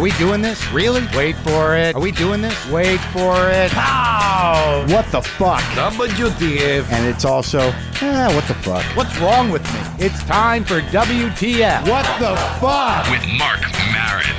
we doing this? Really? Wait for it. Are we doing this? Wait for it. Pow! What the fuck? WTF. And it's also, eh, what the fuck? What's wrong with me? It's time for WTF. What the fuck? With Mark Marin.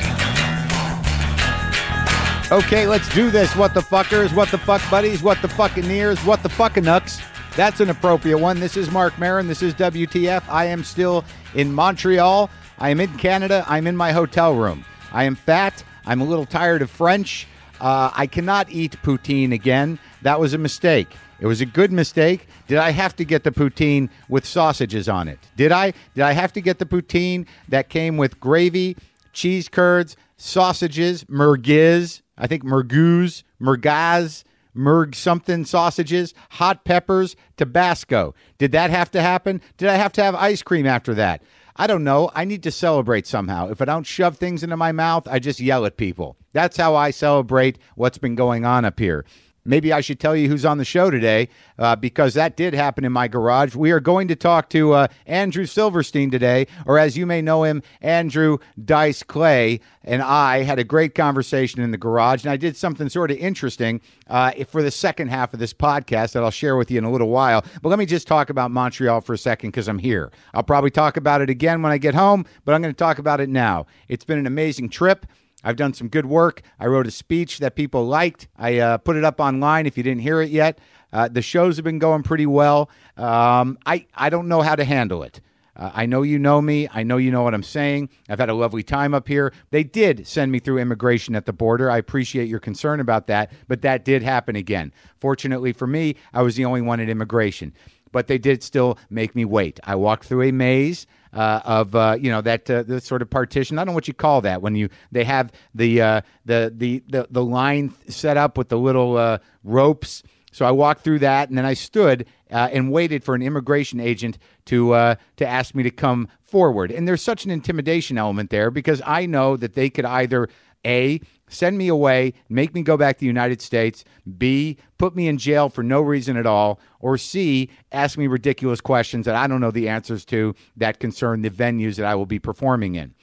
Okay, let's do this. What the fuckers? What the fuck buddies? What the fucking ears? What the fucking nucks? That's an appropriate one. This is Mark Marin. This is WTF. I am still in Montreal. I am in Canada. I'm in my hotel room. I am fat. I'm a little tired of French. Uh, I cannot eat poutine again. That was a mistake. It was a good mistake. Did I have to get the poutine with sausages on it? Did I? Did I have to get the poutine that came with gravy cheese curds, sausages, merguez, I think merguz, mergaz, merg something sausages, hot peppers, Tabasco. Did that have to happen? Did I have to have ice cream after that? I don't know. I need to celebrate somehow. If I don't shove things into my mouth, I just yell at people. That's how I celebrate what's been going on up here. Maybe I should tell you who's on the show today uh, because that did happen in my garage. We are going to talk to uh, Andrew Silverstein today, or as you may know him, Andrew Dice Clay. And I had a great conversation in the garage, and I did something sort of interesting uh, for the second half of this podcast that I'll share with you in a little while. But let me just talk about Montreal for a second because I'm here. I'll probably talk about it again when I get home, but I'm going to talk about it now. It's been an amazing trip. I've done some good work. I wrote a speech that people liked. I uh, put it up online if you didn't hear it yet. Uh, the shows have been going pretty well. Um, I, I don't know how to handle it. Uh, I know you know me. I know you know what I'm saying. I've had a lovely time up here. They did send me through immigration at the border. I appreciate your concern about that, but that did happen again. Fortunately for me, I was the only one at immigration but they did still make me wait. I walked through a maze uh, of uh, you know that uh, the sort of partition. I don't know what you call that when you they have the uh, the, the the the line set up with the little uh, ropes. So I walked through that, and then I stood uh, and waited for an immigration agent to uh, to ask me to come forward. And there's such an intimidation element there because I know that they could either a send me away, make me go back to the United States, B, put me in jail for no reason at all, or C, ask me ridiculous questions that I don't know the answers to that concern the venues that I will be performing in.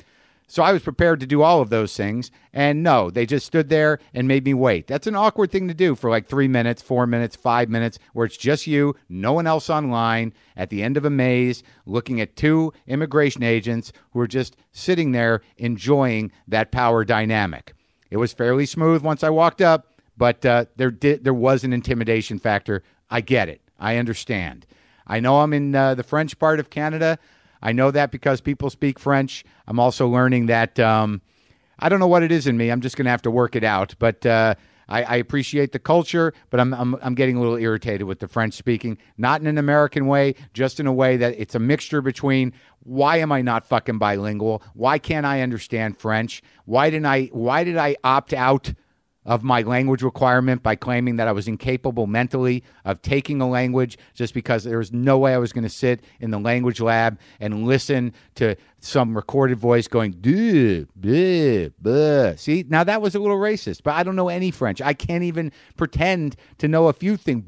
So I was prepared to do all of those things. And no, they just stood there and made me wait. That's an awkward thing to do for like three minutes, four minutes, five minutes, where it's just you, no one else online, at the end of a maze, looking at two immigration agents who are just sitting there enjoying that power dynamic. It was fairly smooth once I walked up, but uh, there did there was an intimidation factor. I get it. I understand. I know I'm in uh, the French part of Canada. I know that because people speak French. I'm also learning that um, I don't know what it is in me. I'm just going to have to work it out. But uh, I, I appreciate the culture, but I'm, I'm I'm getting a little irritated with the French speaking. Not in an American way, just in a way that it's a mixture between why am I not fucking bilingual? Why can't I understand French? Why didn't I? Why did I opt out? of my language requirement by claiming that I was incapable mentally of taking a language just because there was no way I was going to sit in the language lab and listen to some recorded voice going, duh, buh, buh. See, now that was a little racist, but I don't know any French. I can't even pretend to know a few things.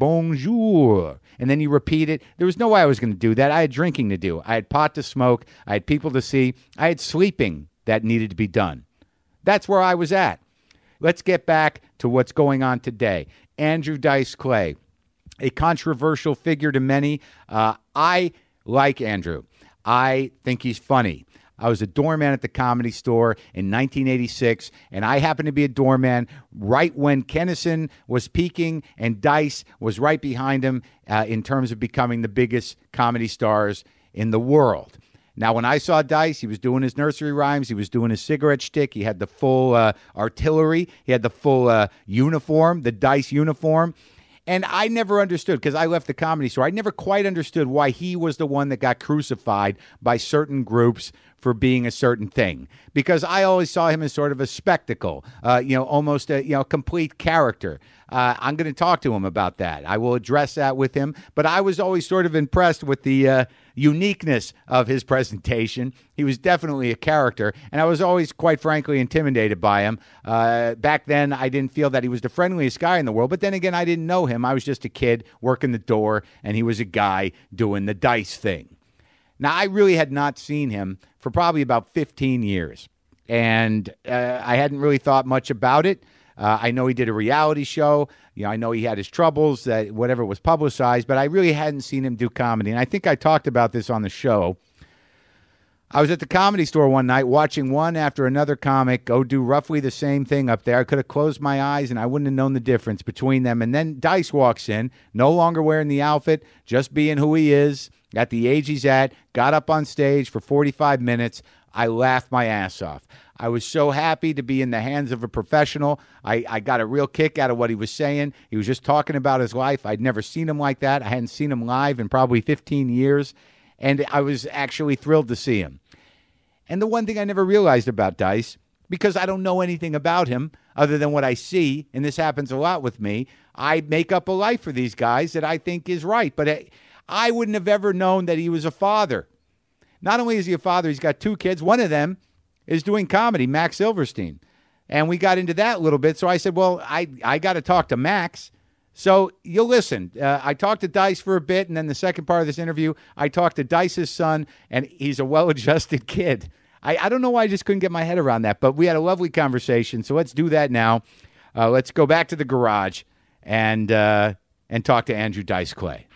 Bonjour. And then you repeat it. There was no way I was going to do that. I had drinking to do, I had pot to smoke, I had people to see, I had sleeping that needed to be done. That's where I was at. Let's get back to what's going on today. Andrew Dice Clay, a controversial figure to many. Uh, I like Andrew. I think he's funny. I was a doorman at the comedy store in 1986, and I happened to be a doorman right when Kennison was peaking and Dice was right behind him uh, in terms of becoming the biggest comedy stars in the world. Now, when I saw Dice, he was doing his nursery rhymes. He was doing his cigarette shtick. He had the full uh, artillery. He had the full uh, uniform, the Dice uniform. And I never understood because I left the comedy store. I never quite understood why he was the one that got crucified by certain groups for being a certain thing. Because I always saw him as sort of a spectacle, uh, you know, almost a you know complete character. Uh, I'm going to talk to him about that. I will address that with him. But I was always sort of impressed with the uh, uniqueness of his presentation. He was definitely a character, and I was always, quite frankly, intimidated by him. Uh, back then, I didn't feel that he was the friendliest guy in the world. But then again, I didn't know him. I was just a kid working the door, and he was a guy doing the dice thing. Now, I really had not seen him for probably about 15 years. and uh, I hadn't really thought much about it. Uh, I know he did a reality show. You know, I know he had his troubles that whatever was publicized, but I really hadn't seen him do comedy. And I think I talked about this on the show. I was at the comedy store one night watching one after another comic go do roughly the same thing up there. I could have closed my eyes and I wouldn't have known the difference between them. And then Dice walks in, no longer wearing the outfit, just being who he is at the age he's at, got up on stage for 45 minutes. I laughed my ass off. I was so happy to be in the hands of a professional. I, I got a real kick out of what he was saying. He was just talking about his life. I'd never seen him like that. I hadn't seen him live in probably 15 years. And I was actually thrilled to see him. And the one thing I never realized about Dice, because I don't know anything about him other than what I see, and this happens a lot with me, I make up a life for these guys that I think is right. But I, I wouldn't have ever known that he was a father. Not only is he a father, he's got two kids. One of them is doing comedy, Max Silverstein. And we got into that a little bit. So I said, well, I, I got to talk to Max. So you'll listen. Uh, I talked to Dice for a bit, and then the second part of this interview, I talked to Dice's son, and he's a well adjusted kid. I, I don't know why I just couldn't get my head around that, but we had a lovely conversation. So let's do that now. Uh, let's go back to the garage and, uh, and talk to Andrew Dice Clay.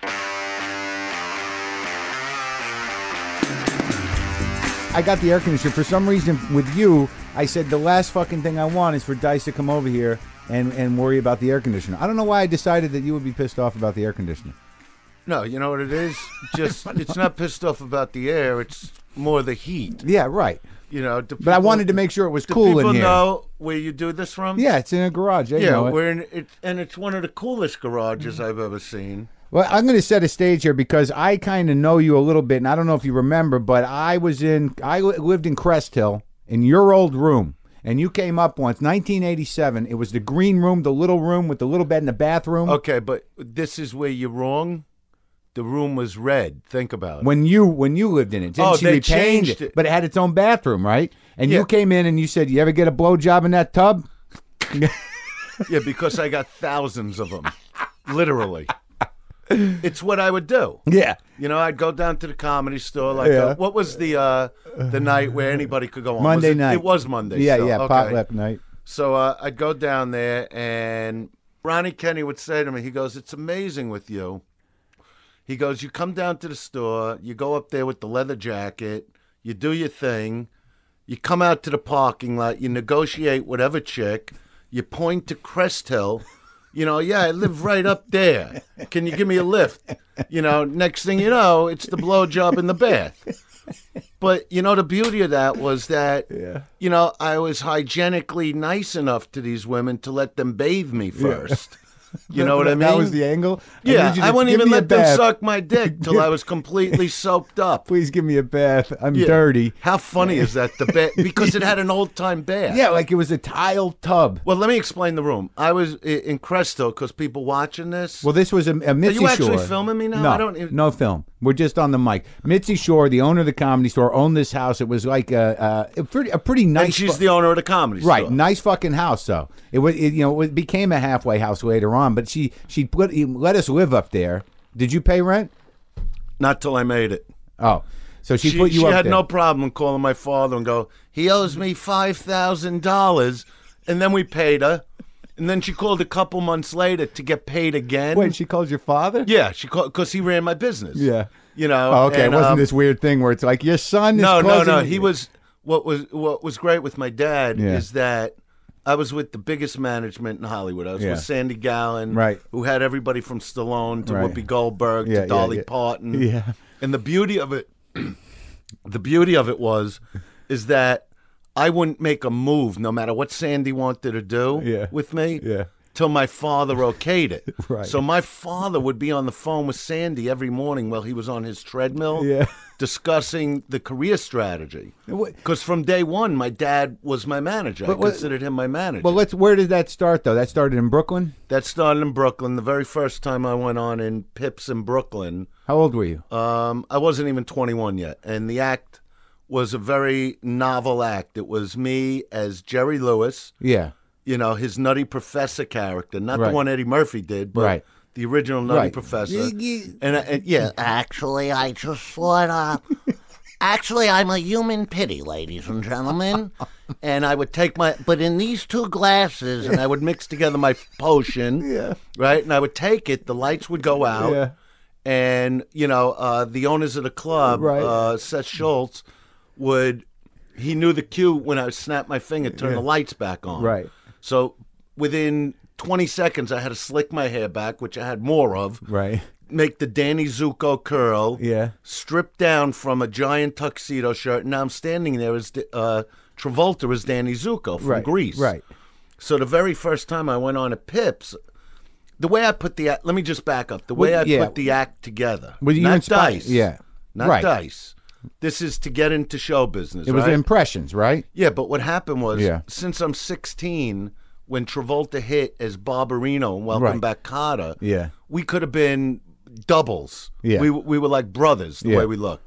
I got the air conditioner. For some reason, with you, I said the last fucking thing I want is for Dice to come over here and, and worry about the air conditioner. I don't know why I decided that you would be pissed off about the air conditioner. No, you know what it is? Just it's not pissed off about the air, it's more the heat. Yeah, right. You know, do But I people- wanted to make sure it was do cool people in here. know where you do this from? Yeah, it's in a garage. They Yeah, know it. Mm-hmm. we're in it, and it's one of the coolest garages I've ever seen. Well, I'm going to set a stage here because I kind of know you a little bit, and I don't know if you remember, but I was in, I li- lived in Crest Hill in your old room, and you came up once, 1987. It was the green room, the little room with the little bed and the bathroom. Okay, but this is where you're wrong. The room was red. Think about it. When you when you lived in it, didn't Oh, she they repaint changed it. but it had its own bathroom, right? And Yeah. you came in and you said, "You ever get a blowjob in that tub?" yeah, because I got thousands of them, literally. It's what I would do. Yeah, You know, I'd go down to the comedy store. Like, Yeah. uh, what was the uh, the night where anybody could go on? Was Monday it- night. It was Monday. yeah, still. yeah. Okay. Potluck night. So uh, I'd go down there, and Ronnie Kenny would say to me, he goes, "It's amazing with you." He goes, "You come down to the store, you go up there with the leather jacket, you do your thing, you come out to the parking lot, you negotiate whatever chick, you point to Crest Hill." You know, yeah, I live right up there. Can you give me a lift? You know, next thing you know, it's the blowjob in the bath. But you know, the beauty of that was that you know I was hygienically nice enough to these women to let them bathe me first. You know what I mean? That was the angle. yeah. need you I to wouldn't give even me a let them bath. suck my dick till I was completely soaked up. Please give me a bath. I'm Yeah. dirty. How funny is that? The bath because it had an old time bath. Yeah, like it was a tile tub. Well, let me explain the room. I was i- in Cresto because people watching this. Well, this was a, a Mitzi you actually Shore. filming me now? No, I don't even- no film. We're just on the mic. Mitzi Shore, the owner of the comedy store, owned this house. It was like a a, a pretty a pretty nice. and she's fu- the owner of the comedy Right, store. nice fucking house though. It was, it, you know, it became a halfway house later on. But she she put let us live up there. Did you pay rent? Not till I made it. Oh, so she, she, put you she up had there. no problem calling my father and go he owes me five thousand dollars and then we paid her and then she called a couple months later to get paid again Wait, she calls your father? yeah she called because he ran my business Yeah. you know Oh, okay. and, it wasn't um, this weird thing where it's like your son. Is no no causing- no he was what was what was great with my dad Yeah. is that I was with the biggest management in Hollywood. I was Yeah. with Sandy Gallen, Right. who had everybody from Stallone to Right. Whoopi Goldberg Yeah, yeah, to Dolly yeah. Parton. Yeah. And the beauty of it, the beauty of it was, is that I wouldn't make a move no matter what Sandy wanted to do Yeah. with me. Yeah. Till my father okayed it. Right. So my father would be on the phone with Sandy every morning while he was on his treadmill Yeah. discussing the career strategy. What- Because from day one, my dad was my manager. But I what- considered him my manager. Well, let's. Where did that start though? That started in Brooklyn. that started in Brooklyn. The very first time I went on in Pips in Brooklyn, How old were you? um, I wasn't even 21 yet. And the act was a very novel act. It was me as Jerry Lewis, yeah. you know, his Nutty Professor character, not Right. the one Eddie Murphy did, but Right. the original Nutty Right. Professor. Y- y- And, I- and yeah, actually, I just thought uh, Actually, I'm a human pity, ladies and gentlemen. and I would take my, but in these two glasses, and I would mix together my potion, Yeah. right? And I would take it. The lights would go out, Yeah. and you know, uh, the owners of the club, Right. uh, Seth Schultz, would. He knew the cue when I would snap my finger, turn the lights back on. Right. So within 20 seconds, I had to slick my hair back, which I had more of Right. make the Danny Zuko curl. Yeah. Strip down from a giant tuxedo shirt, and now I'm standing there as uh, Travolta as Danny Zuko from Right. Greece. Right. So the very first time I went on a Pips, the way I put the act, let me just back up. The way Well, I yeah. put the act together. Were you not inspired? dice. Yeah. Not Right. dice. This is to get into show business. It was right? impressions, right? Yeah, but what happened was Yeah. since I'm 16, when Travolta hit as Barbarino and Welcome Right. Back Carter, Yeah. we could have been doubles. Yeah. we we were like brothers the Yeah. way we looked.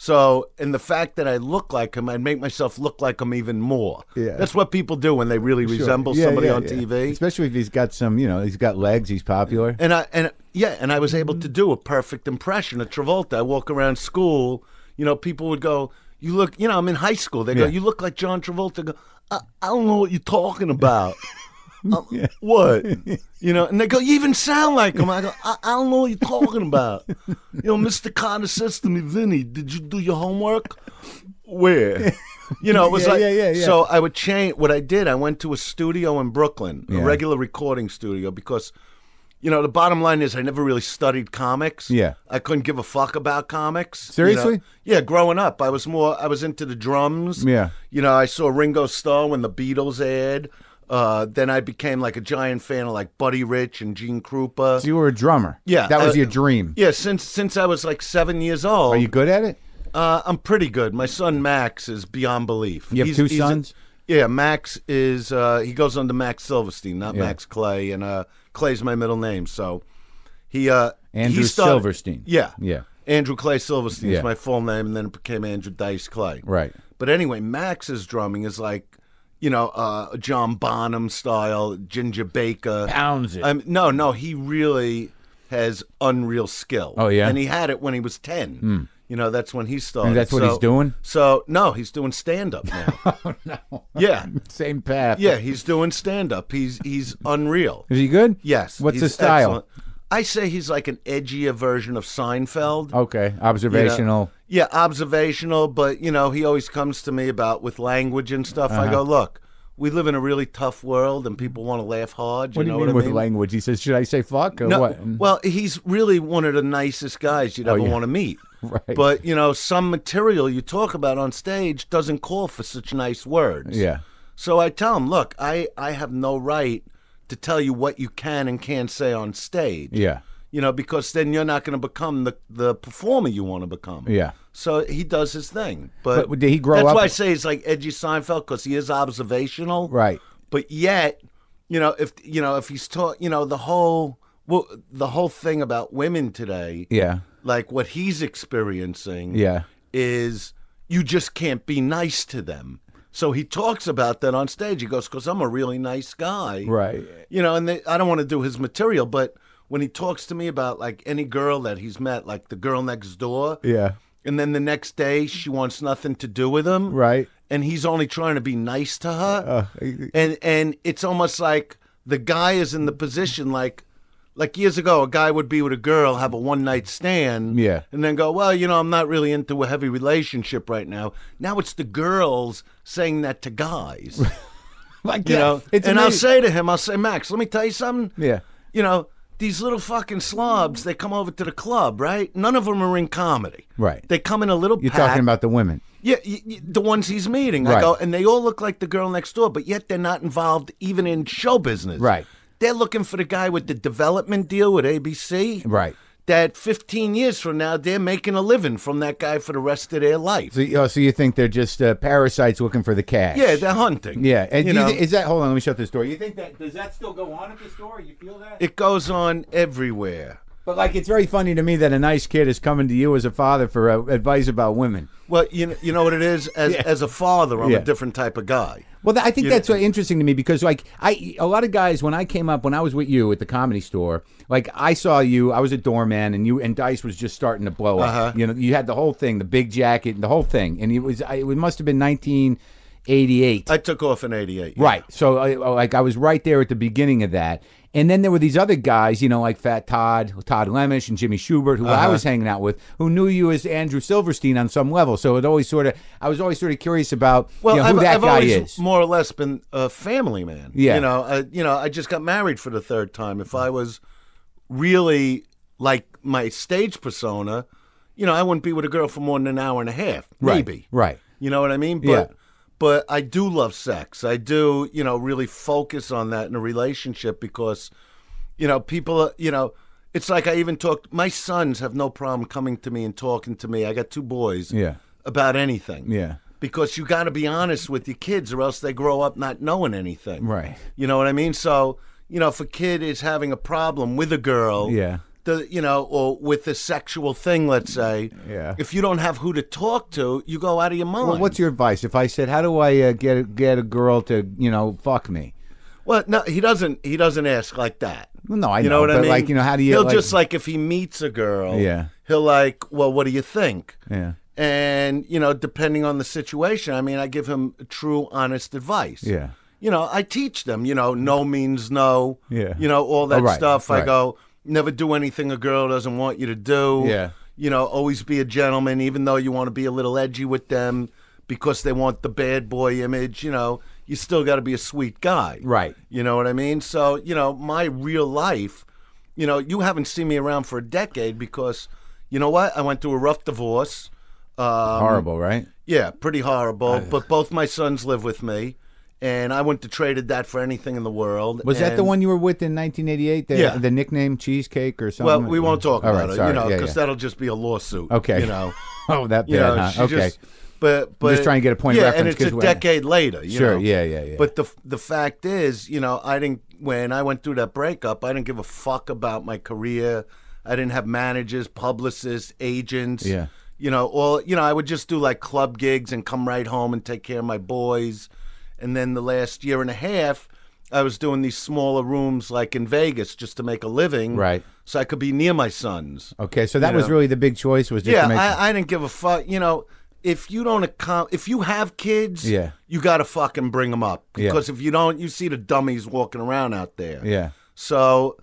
So, and the fact that I look like him, I'd make myself look like him even more. Yeah. that's what people do when they really resemble somebody on TV. Especially if he's got some, you know, he's got legs, he's popular. And I and yeah, and I was able to do a perfect impression of Travolta. I walk around school, you know, people would go, "You look," you know, I'm in high school. They go, Yeah. "You look like John Travolta." I go, I, I don't know what you're talking about. Um, What you know? And they go, "You even sound like him." I go, "I, I don't know what you're talking about." you know, Mr. Carter says to me, "Vinny, did you do your homework?" Where? You know, it was Yeah, like yeah, yeah, yeah. so so I would change what I did. I went to a studio in Brooklyn, Yeah. a regular recording studio, because you know the bottom line is I never really studied comics. Yeah. I couldn't give a fuck about comics. you know. Seriously? Yeah, growing up, I was more I was into the drums. Yeah. you know, I saw Ringo Starr when the Beatles aired. Uh, then I became like a giant fan of like Buddy Rich and Gene Krupa. So you were a drummer. Yeah, uh, That was I- your dream. yeah, since since I was like seven years old, Are you good at it? uh, I'm pretty good. My son Max is beyond belief. You have two sons? yeah, Max is. Uh, he goes under Max Silverstein, not Yeah. Max Clay, and uh, Clay's my middle name. So he uh, Andrew he started- Silverstein. Yeah, Yeah. Andrew Clay Silverstein Yeah. is my full name, and then it became Andrew Dice Clay. Right. But anyway, Max's drumming is like, you know, uh, John Bonham style, Ginger Baker. Pounds it. Um, no, no, he really has unreal skill. Oh, yeah? Hmm. and he had it when he was ten. You know, that's when he started. And that's what he's So- doing? So no, he's doing stand up now. oh no. Yeah, Same path. yeah, he's doing stand up. He's he's unreal. Is he good? Yes. What's he's his style? excellent. I say he's like an edgier version of Seinfeld. Okay. you know? Observational. yeah, observational, but you know, he always comes to me about with language and stuff. Uh-huh. I go, look, we live in a really tough world, and people want to laugh hard. You What do know you mean what I with mean? language? He says, "Should I say fuck or No, what?" Oh, Well, he's really one of the nicest guys you'd ever yeah. want to meet. Right. But you know, some material you talk about on stage doesn't call for such nice words. yeah. So I tell him, look, I I have no right to tell you what you can and can't say on stage. Yeah. You know, because then you're not going to become the the performer you want to become. Yeah. So he does his thing, but, But did he grow that's up- why I say he's like edgy Seinfeld because he is observational, Right. But yet, you know, if you know if he's taught, you know, the whole well, the whole thing about women today, Yeah. like what he's experiencing, Yeah. is you just can't be nice to them. So he talks about that on stage. He goes, "Cause I'm a really nice guy, Right. you know, and they, I don't want to do his material, but when he talks to me about like any girl that he's met, like the girl next door, Yeah. and then the next day she wants nothing to do with him, Right. And he's only trying to be nice to Uh, her, and and it's almost like the guy is in the position like. Like years ago, a guy would be with a girl, have a one night stand, Yeah. and then go, Well, you know, I'm not really into a heavy relationship right now. Now it's the girls saying that to guys. like You yeah, know, it's and I'll amazing. say to him, I'll say, Max, let me tell you something. Yeah. You know, these little fucking slobs, they come over to the club, right? None of them are in comedy. Right. They come in a little You're pack. talking about the women. Yeah, y- y- the ones he's meeting. Right. I go, and they all look like the girl next door, but yet they're not involved even in show business. Right. They're looking for the guy with the development deal with ABC. Right. That 15 years from now, they're making a living from that guy for the rest of their life. So, oh, so you think they're just uh, parasites looking for the cash? yeah, they're hunting. Yeah, and you do you know? thi- is that? Hold on, let me shut this door. You think that does that still go on at the store? You feel that? It goes on everywhere. But like, it's very funny to me that a nice kid is coming to you as a father for uh, advice about women. Well, you know, you know what it is. As as a father, I'm Yeah. a different type of guy. Well, th- I think You- that's what interesting to me because, like, I a lot of guys when I came up when I was with you at the comedy store, like I saw you, I was a doorman, and you and Dice was just starting to blow up. Uh-huh. You know, you had the whole thing, the big jacket, and the whole thing, and it was I, it must have been 1988, I took off in '88. yeah. right? So, I, like, I was right there at the beginning of that, and then there were these other guys, you know, like Fat Todd, Todd Lemish, and Jimmy Schubert, who Uh-huh. I was hanging out with, who knew you as Andrew Silverstein on some level. So it always sort of, I was always sort of curious about Well, you know, who I've, that I've guy always is. more or less been a family man. Yeah. you know, I, you know, I just got married for the third time. If I was really like my stage persona, you know, I wouldn't be with a girl for more than an hour and a half, maybe. Right. You know what I mean? But, Yeah. But I do love sex. I do, you know, really focus on that in a relationship because, you know, people, are- you know, it's like I even talked. My sons have no problem coming to me and talking to me. I got two boys. Yeah. About anything. Yeah. Because you got to be honest with your kids, or else they grow up not knowing anything. Right. You know what I mean? So, you know, if a kid is having a problem with a girl, Yeah. the you know, or with a sexual thing, let's say, Yeah. if you don't have who to talk to, you go out of your mind. Well, what's your advice? If I said, "How do I uh, get a, get a girl to you know fuck me?" Well, no, he doesn't. He doesn't ask like that. Well, no, I you know, know, what I but, mean. like, you know, how do you, He'll like- just like if he meets a girl. Yeah. He'll like, well, what do you think? Yeah. And you know, depending on the situation, I mean, I give him true, honest advice. Yeah. You know, I teach them. You know, no means no. Yeah. You know, all that Oh, right, stuff. I right. go, never do anything a girl doesn't want you to do. Yeah. You know, always be a gentleman, even though you want to be a little edgy with them because they want the bad boy image. You know, you still got to be a sweet guy. Right. You know what I mean? So, you know, my real life, you know, you haven't seen me around for a decade because, you know what? I went through a rough divorce. Um, Horrible, right? Yeah, pretty horrible. but both my sons live with me, and I wouldn't have traded that for anything in the world. Was that the And- one you were with in 1988? The, Yeah. The nickname cheesecake or something. Well, we won't talk All about right, it, sorry. you know, Yeah, because yeah. that'll just be a lawsuit. Okay. You know. Oh, that bad. You know, huh? she Okay. just- but but just trying to get a point of yeah, and reference, it's 'cause a we're- decade later. You Sure, know? yeah, yeah, yeah. But the the fact is, you know, I didn't when I went through that breakup, I didn't give a fuck about my career. I didn't have managers, publicists, agents. Yeah. You know, all you know, I would just do like club gigs and come right home and take care of my boys. And then the last year and a half, I was doing these smaller rooms like in Vegas just to make a living. Right. So I could be near my sons. okay, so that you was know. really the big choice. Was just Yeah, to make, I, I didn't give a fuck. You know, if you don't account, if you have kids, Yeah. you gotta fucking bring them up Yeah. because if you don't, you see the dummies walking around out there. yeah. So,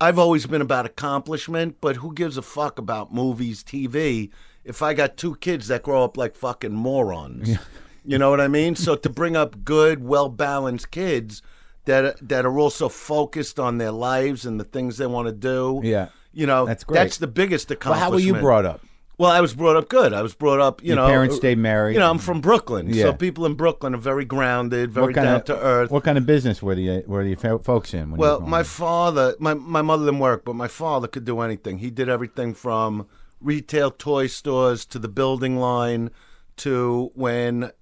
I've always been about accomplishment, but who gives a fuck about movies, TV? If I got two kids that grow up like fucking morons, you know what I mean. So to bring up good, well balanced kids that that are also focused on their lives and the things they want to do. Yeah. You know, That's great. That's the biggest Well, accomplishment. how were you brought up? Well, I was brought up good. I was brought up, you Your know. parents stayed married? You know, I'm from Brooklyn, Yeah. so people in Brooklyn are very grounded, very What kind down of to earth. What kind of business were the were the fo- folks in? When Well, you were my growing up? father, my my mother didn't work, but my father could do anything. He did everything from retail toy stores to the building line to when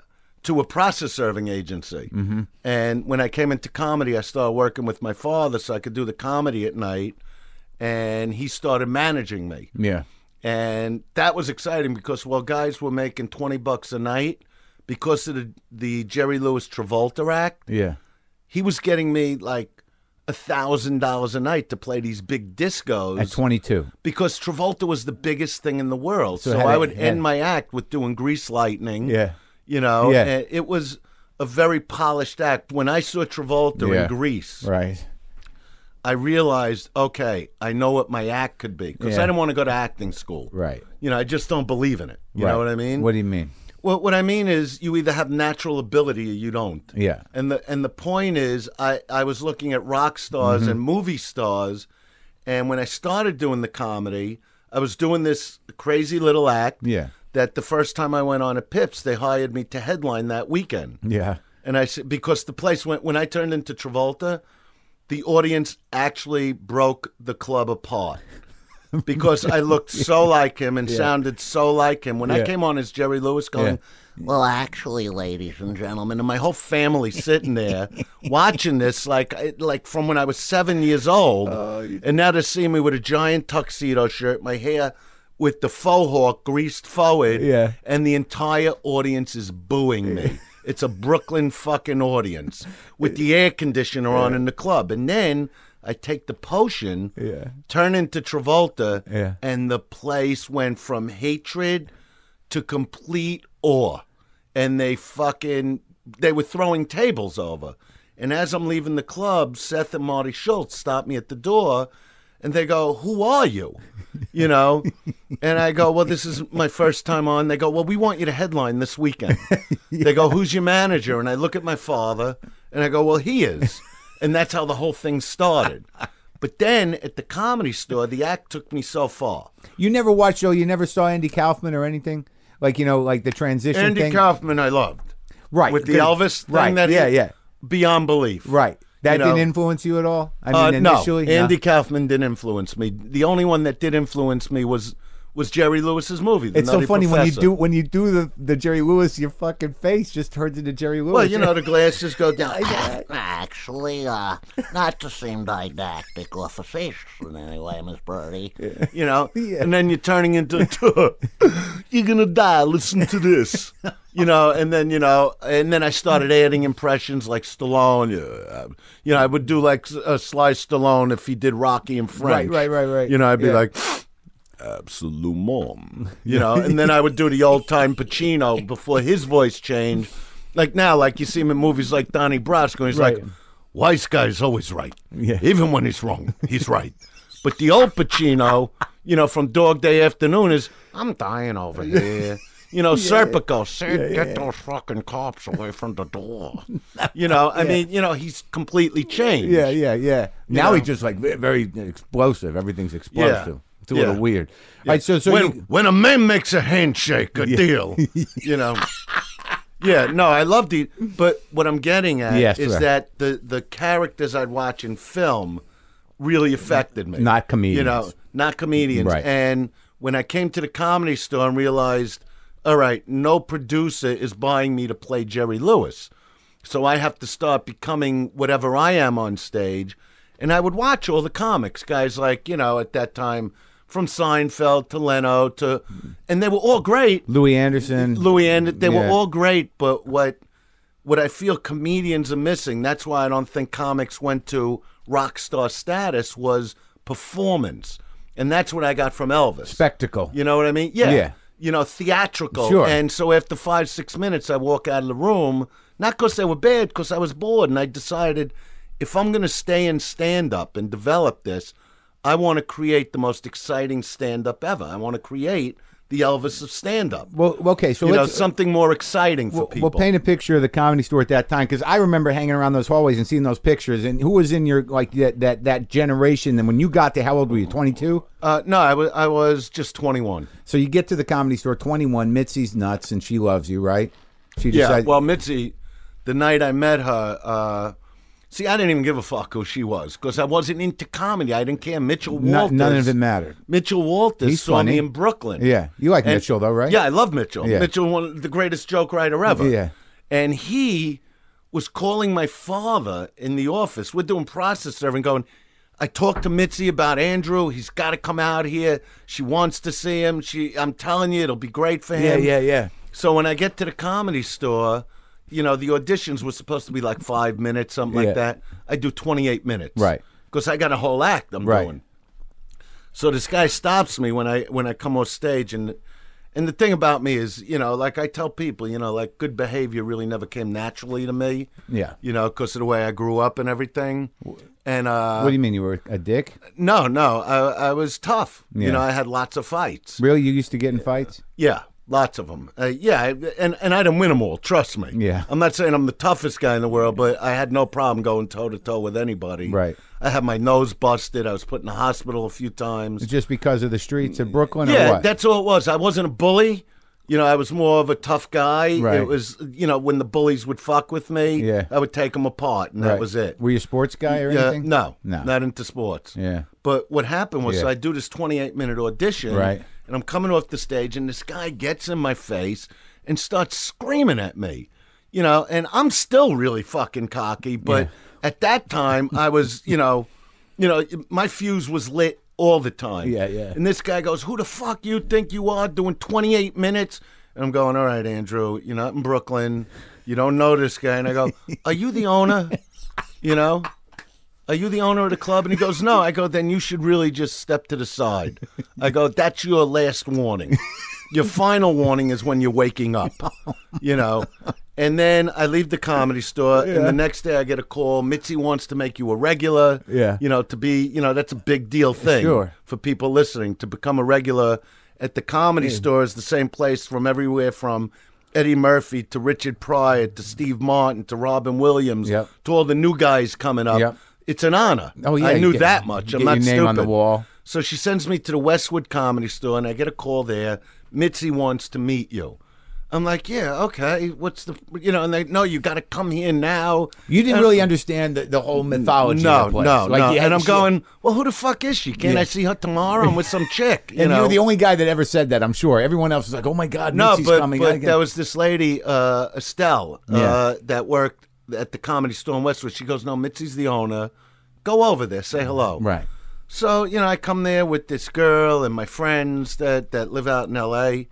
to a process serving agency. Mm-hmm. And when I came into comedy, I started working with my father so I could do the comedy at night, and he started managing me yeah, and that was exciting because while guys were making 20 bucks a night because of the, the jerry lewis travolta act yeah, he was getting me like a thousand dollars a night to play these big discos at 22. because travolta was the biggest thing in the world so, it had i a- would yeah. end my act with doing grease lightning Yeah. you know Yeah. and it was a very polished act when i saw travolta Yeah. in greece Right. I realized, okay, I know what my act could be because Yeah. I didn't want to go to acting school. Right. You know, I just don't believe in it. You right. know what I mean? What do you mean? Well, what I mean is, you either have natural ability or you don't. Yeah. And the and the point is, I I was looking at rock Mm-hmm. stars and movie stars, and when I started doing the comedy, I was doing this crazy little act. Yeah. That the first time I went on at Pips, they hired me to headline that weekend. Yeah. And I said because the place went when I turned into Travolta, the audience actually broke the club apart. because I looked so like him and sounded so like him. When I Yeah. came on as Jerry Lewis going, well, actually, ladies and gentlemen, and my whole family sitting there watching this like I- like from when I was seven years old, and now to see me with a giant tuxedo shirt, my hair with the faux hawk greased forward, Yeah. and the entire audience is booing me. It's a Brooklyn fucking audience with the air conditioner on in the club. And then I take the potion, Yeah. turn into Travolta, Yeah. and the place went from hatred to complete awe. And they fucking they were throwing tables over. And as I'm leaving the club, Seth and Marty Schultz stop me at the door and they go, Who are you? You know? And I go, Well, this is my first time on. They go, Well, we want you to headline this weekend. They go, Who's your manager? And I look at my father and I go, Well, he is. And that's how the whole thing started. But then at the comedy store, the act took me so far. You never watched, though. You never saw Andy Kaufman or anything like you know, like the transition Andy thing. Kaufman, I loved. right With the good. Elvis thing Right. that he- yeah, yeah, Beyond belief. right. That You know. didn't influence you at all. I Uh, mean, initially, no, Andy Kaufman didn't influence me. The only one that did influence me was was Jerry Lewis's movie. The It's so Nutty funny when you Professor. do when you do the, the Jerry Lewis, your fucking face just turns into Jerry Lewis. Well, you know, the glasses go down. Actually, uh, not to seem didactic or facetious in any way, Miss Birdie. you know, and then you're turning into you're gonna die. Listen to this, you know, and then you know, and then I started adding impressions like Stallone. uh, You know, I would do like a Sly Stallone if he did Rocky in French. right, right, right. You know, I'd be Yeah. like. Absolument. You know, and then I would do the old time Pacino before his voice changed. Like now, like you see him in movies like Donnie Brasco, he's Right. like, wise guy's always right. Yeah. Even when he's wrong, he's right. But the old Pacino, you know, from Dog Day Afternoon is, I'm dying over here. You know, Serpico, Sid, get those fucking cops away from the door. you know, I mean, you know, he's completely changed. yeah, yeah, yeah. Now know. he's just like ve- very explosive. Everything's explosive. It's a little Yeah. weird. All right, so so when, you, when a man makes a handshake, a deal, you know. Yeah, no, I love the. But what I'm getting at Yes, is sir. that the the characters I'd watch in film really affected me. Not comedians. you know, not comedians. Right. And when I came to the comedy store and realized, all right, no producer is buying me to play Jerry Lewis, so I have to start becoming whatever I am on stage. And I would watch all the comics, guys like you know at that time. From Seinfeld to Leno to, and they were all great. Louis Anderson, Louis and they were Yeah. all great, but what what I feel comedians are missing, that's why I don't think comics went to rock star status was performance. And that's what I got from Elvis. spectacle. You know what I mean? Yeah. Yeah. You know, theatrical. Sure. And so after five, six minutes, I walk out of the room, not because they were bad, because I was bored. And I decided if I'm going to stay in stand up and develop this, I want to create the most exciting stand up ever. I want to create the Elvis of stand up Well, okay, so you know let's something more exciting for we'll, people. we'll paint a picture of the comedy store at that time because I remember hanging around those hallways and seeing those pictures. And who was in your like that that that generation? And when you got to how old were you? Twenty two. uh, no, I was I was just 21. So you get to the comedy store, 21, Mitzi's nuts, and she loves you, right? She Yeah. decides, well, Mitzi, the night I met her, uh, see, I didn't even give a fuck who she was because I wasn't into comedy. I didn't care. Mitchell no- Walters. none of it mattered. Mitchell Walters He's saw funny. me in Brooklyn. Yeah. You like And- Mitchell, though, right? Yeah, I love Mitchell. Yeah. Mitchell, one of the greatest joke writer ever. Yeah. And he was calling my father in the office. We're doing process serving, going, I talked to Mitzi about Andrew. He's got to come out here. She wants to see him. She, I'm telling you, it'll be great for him. yeah. So when I get to the comedy store, you know, the auditions were supposed to be like five minutes, something Yeah. like that. I do 28 minutes. Right. Because I got a whole act I'm Right. doing. So this guy stops me when I when I come on stage and and the thing about me is, you know, like I tell people, you know, like good behavior really never came naturally to me. Yeah. You know, because of the way I grew up and everything. And What uh do you mean you were a dick? no, no, I, I was tough. Yeah. You know, I had lots of fights. Really? You used to get in fights? Yeah, lots of them. Uh, yeah, and and I didn't win them all. Trust me. Yeah. I'm not saying I'm the toughest guy in the world, but I had no problem going toe to toe with anybody. Right. I had my nose busted. I was put in the hospital a few times. Just because of the streets of Brooklyn or yeah, what? that's all it was. I wasn't a bully. You know, I was more of a tough guy. Right. It was, you know, when the bullies would fuck with me, Yeah. I would take them apart, and that was it. Were you a sports guy or Yeah, anything? no, No. not into sports. Yeah. But what happened was Yeah. I do this 28 minute audition, Right. And I'm coming off the stage, and this guy gets in my face and starts screaming at me, you know. And I'm still really fucking cocky, but at that time I was, you know, you know, my fuse was lit all the time. Yeah, yeah. And this guy goes, "Who the fuck you think you are doing 28 minutes?" And I'm going, "All right, Andrew, you're not in Brooklyn, you don't know this guy." And I go, "Are you the owner?" You know are you the owner of the club? And he goes, no. I go, then you should really just step to the side. I go, that's your last warning. Your final warning is when you're waking up, you know. And then I leave the comedy store, and the next day I get a call. Mitzi wants to make you a regular. Yeah. You know, to be, you know, that's a big deal thing Sure. for people listening to become a regular at the comedy store is the same place from everywhere from Eddie Murphy to Richard Pryor to Steve Martin to Robin Williams Yep. to all the new guys coming up. Yep. It's an honor. Oh, yeah, I you knew get- that much. you I'm get not your name stupid. on the wall. So she sends me to the Westwood Comedy Store, and I get a call there. Mitzi wants to meet you. I'm like, yeah, okay. What's the, you know? And they, no, you got to come here now. You didn't And- really understand the, the whole mythology of No, the place. no, like no. You had, and I'm she- going, well, who the fuck is she? Can Yeah. I see her tomorrow? I'm with some chick. You and know, you were the only guy that ever said that, I'm sure. Everyone else was like, oh my God, no, Mitzi's but, coming. I but can- there was this lady, uh, Estelle, Yeah. uh, that worked at the Comedy Store in Westwood. She goes, no, Mitzi's the owner. Go over there, say hello. right. So, you know, I come there with this girl and my friends that, that live out in LA.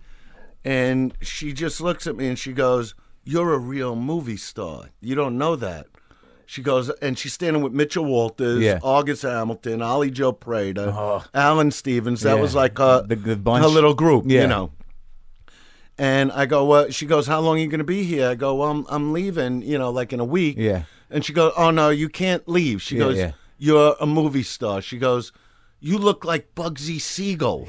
And she just looks at me and she goes, You're a real movie star. You don't know that. She goes, and she's standing with Mitchell Walters, Yeah. Oh. August Hamilton, Ollie Joe Prada, Alan Stevens. That Yeah. was like her, The- the bunch. her little group, Yeah. you know. And I go, well, she goes, how long are you going to be here? I go, well, I'm, I'm leaving, you know, like in a week. Yeah. And she goes, oh, no, you can't leave. She Yeah, goes, yeah. you're a movie star. She goes, you look like Bugsy Siegel.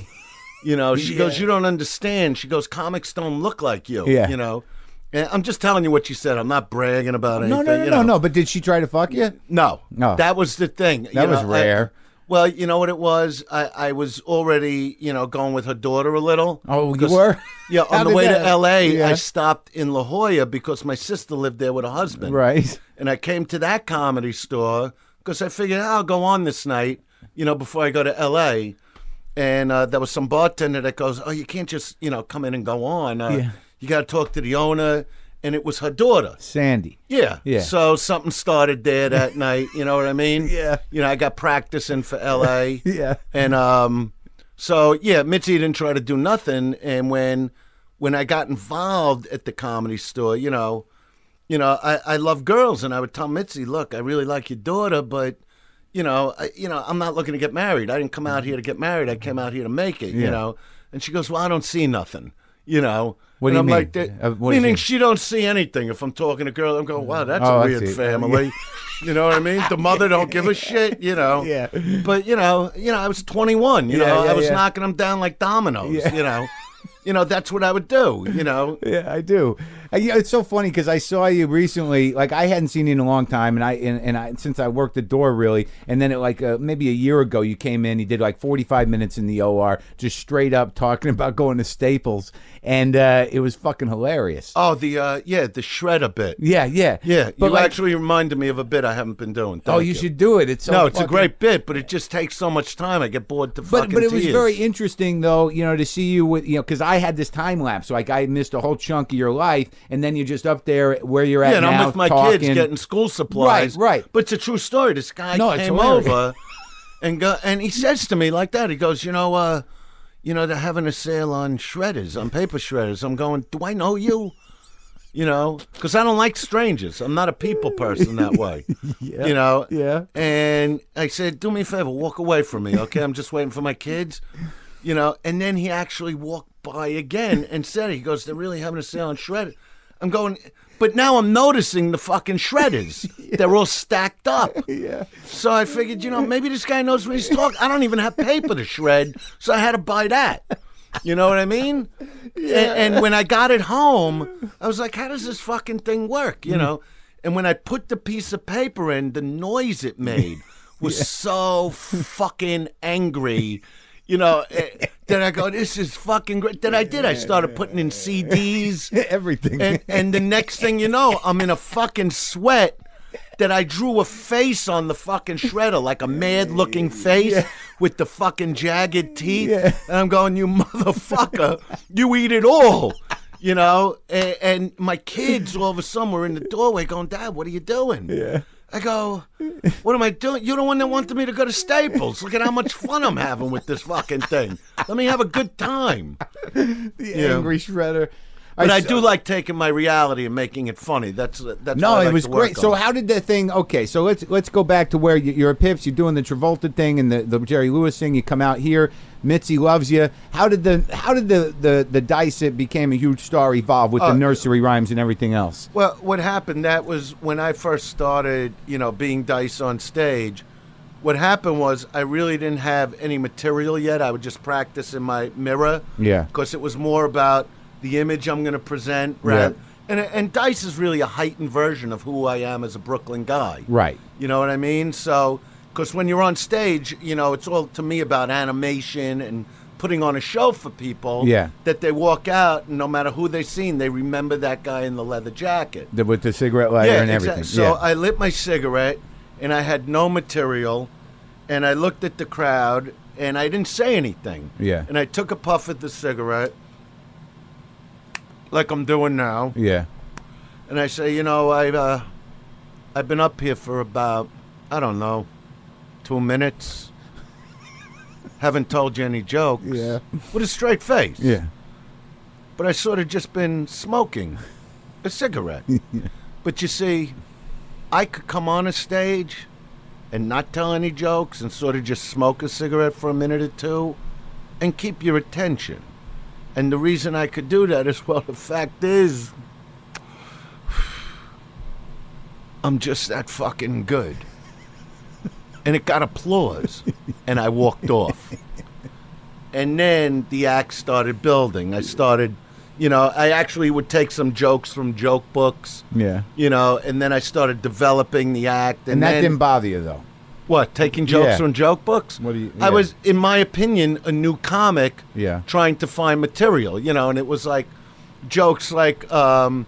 You know, she goes, you don't understand. She goes, comics don't look like you. Yeah. You know, and I'm just telling you what she said. I'm not bragging about No, anything. no, no, you no, know. no. But did she try to fuck you? No, No. That was the thing. That was rare. well, you know what it was. I, I was already, you know, going with her daughter a little. Oh, you 'Cause- were? Yeah, How on the did way that- to L.A., Yeah. I stopped in La Jolla because my sister lived there with her husband. Right. And I came to that comedy store because I figured "Ah, I'll go on this night, you know, before I go to L.A. And uh, there was some bartender that goes, "Oh, you can't just, you know, come in and go on. Uh, Yeah. You got to talk to the owner." And it was her daughter. Sandy. Yeah. Yeah. So something started there that night. You know what I mean? Yeah. You know, I got practicing for L.A. Yeah. And um, so yeah, Mitzi didn't try to do nothing. And when when I got involved at the comedy store, you know, you know, I, I love girls, and I would tell Mitzi, look, I really like your daughter, but you know, I, you know, I'm not looking to get married. I didn't come out here to get married. I came out here to make it. Yeah. You know. And she goes, well, I don't see nothing. You know. What and do you I'm mean? like, that- Uh, what is meaning it? she don't see anything. If I'm talking to a girl, I'm going, wow, that's Oh, I a weird see. family. you know what I mean? The mother don't give a shit. You know. Yeah. But you know, you know, I was 21. You Yeah, know, yeah, I was yeah. knocking them down like dominoes. Yeah. You know, you know, that's what I would do. You know, Yeah, I do. I, you know, it's so funny because I saw you recently. Like I hadn't seen you in a long time, and I and, and I since I worked the door really, and then it, like uh, maybe a year ago you came in. You did like forty five minutes in the OR, just straight up talking about going to Staples, and uh, it was fucking hilarious. oh the uh, yeah, the shredder bit. yeah, yeah, Yeah, But you like, actually reminded me of a bit I haven't been doing. oh, Thank you, should do it. It's so no, it's a fucking- great bit, but it just takes so much time. I get bored to But fucking but it was tears. very interesting though, you know, to see you with you know because I had this time lapse, like I missed a whole chunk of your life, and then you're just up there where you're at Yeah, and now, I'm with my talking. kids getting school supplies. right. But it's a true story. This guy No, it's came hilarious. over and go, and he says to me like that. He goes, you know, uh, you know, they're having a sale on shredders, on paper shredders. I'm going, do I know you? You know, because I don't like strangers. I'm not a people person that way. yeah. You know. Yeah. And I said, do me a favor, walk away from me, okay? I'm just waiting for my kids. You know. And then he actually walked by again and said, it. he goes, they're really having a sale on shredders. I'm going, but now I'm noticing the fucking shredders. They're all stacked up. Yeah. So I figured, you know, maybe this guy knows what he's talking. I don't even have paper to shred, so I had to buy that. You know what I mean? And, and when I got it home, I was like, how does this fucking thing work? You know? And when I put the piece of paper in, the noise it made was so fucking angry. You know, eh, Then I go, this is fucking great. Then I did. I started putting in CDs. Everything. And, and the next thing you know, I'm in a fucking sweat that I drew a face on the fucking shredder, like a mad looking face with the fucking jagged teeth. And I'm going, you motherfucker, you eat it all. You know, and, and my kids all of a sudden were in the doorway going, Dad, what are you doing? Yeah. I go, what am I doing? You're the one that wanted me to go to Staples. Look at how much fun I'm having with this fucking thing. Let me have a good time. the angry shredder. But I, saw- do like taking my reality and making it funny. That's that's No, what I it like was to work great. So on. how did that thing? Okay, so let's let's go back to where you, you're at Pips. You're doing the Travolta thing and the, the Jerry Lewis thing. You come out here. Mitzi loves you. How did the how did the the the dice it became a huge star evolve Uh, with the nursery rhymes and everything else? Well, what happened? That was when I first started, you know, being Dice on stage. What happened was I really didn't have any material yet. I would just practice in my mirror. Yeah. Because it was more about the image I'm going to present. Right. And and Dice is really a heightened version of who I am as a Brooklyn guy. Right. You know what I mean? So, because when you're on stage, you know, it's all to me about animation and putting on a show for people. Yeah. That they walk out, and no matter who they've seen, they remember that guy in the leather jacket. The, with the cigarette lighter and exact- everything. So yeah. I lit my cigarette, and I had no material, and I looked at the crowd, and I didn't say anything. Yeah. And I took a puff at the cigarette, like I'm doing now yeah. and I say, you know, I've uh, I've been up here for about I don't know, two minutes. Haven't told you any jokes. Yeah. With a straight face. Yeah. But I sort of just been smoking a cigarette. But you see, I could come on a stage and not tell any jokes and sort of just smoke a cigarette for a minute or two and keep your attention. And the reason I could do that is, well, the fact is, I'm just that fucking good. And it got applause, and I walked off. And then the act started building. I started, you know, I actually would take some jokes from joke books Yeah. you know, and then I started developing the act, and, And that then, didn't bother you though. what taking jokes Yeah. from joke books. What do you- yeah. I was, in my opinion, a new comic. Yeah. trying to find material, you know, and it was like jokes like, um,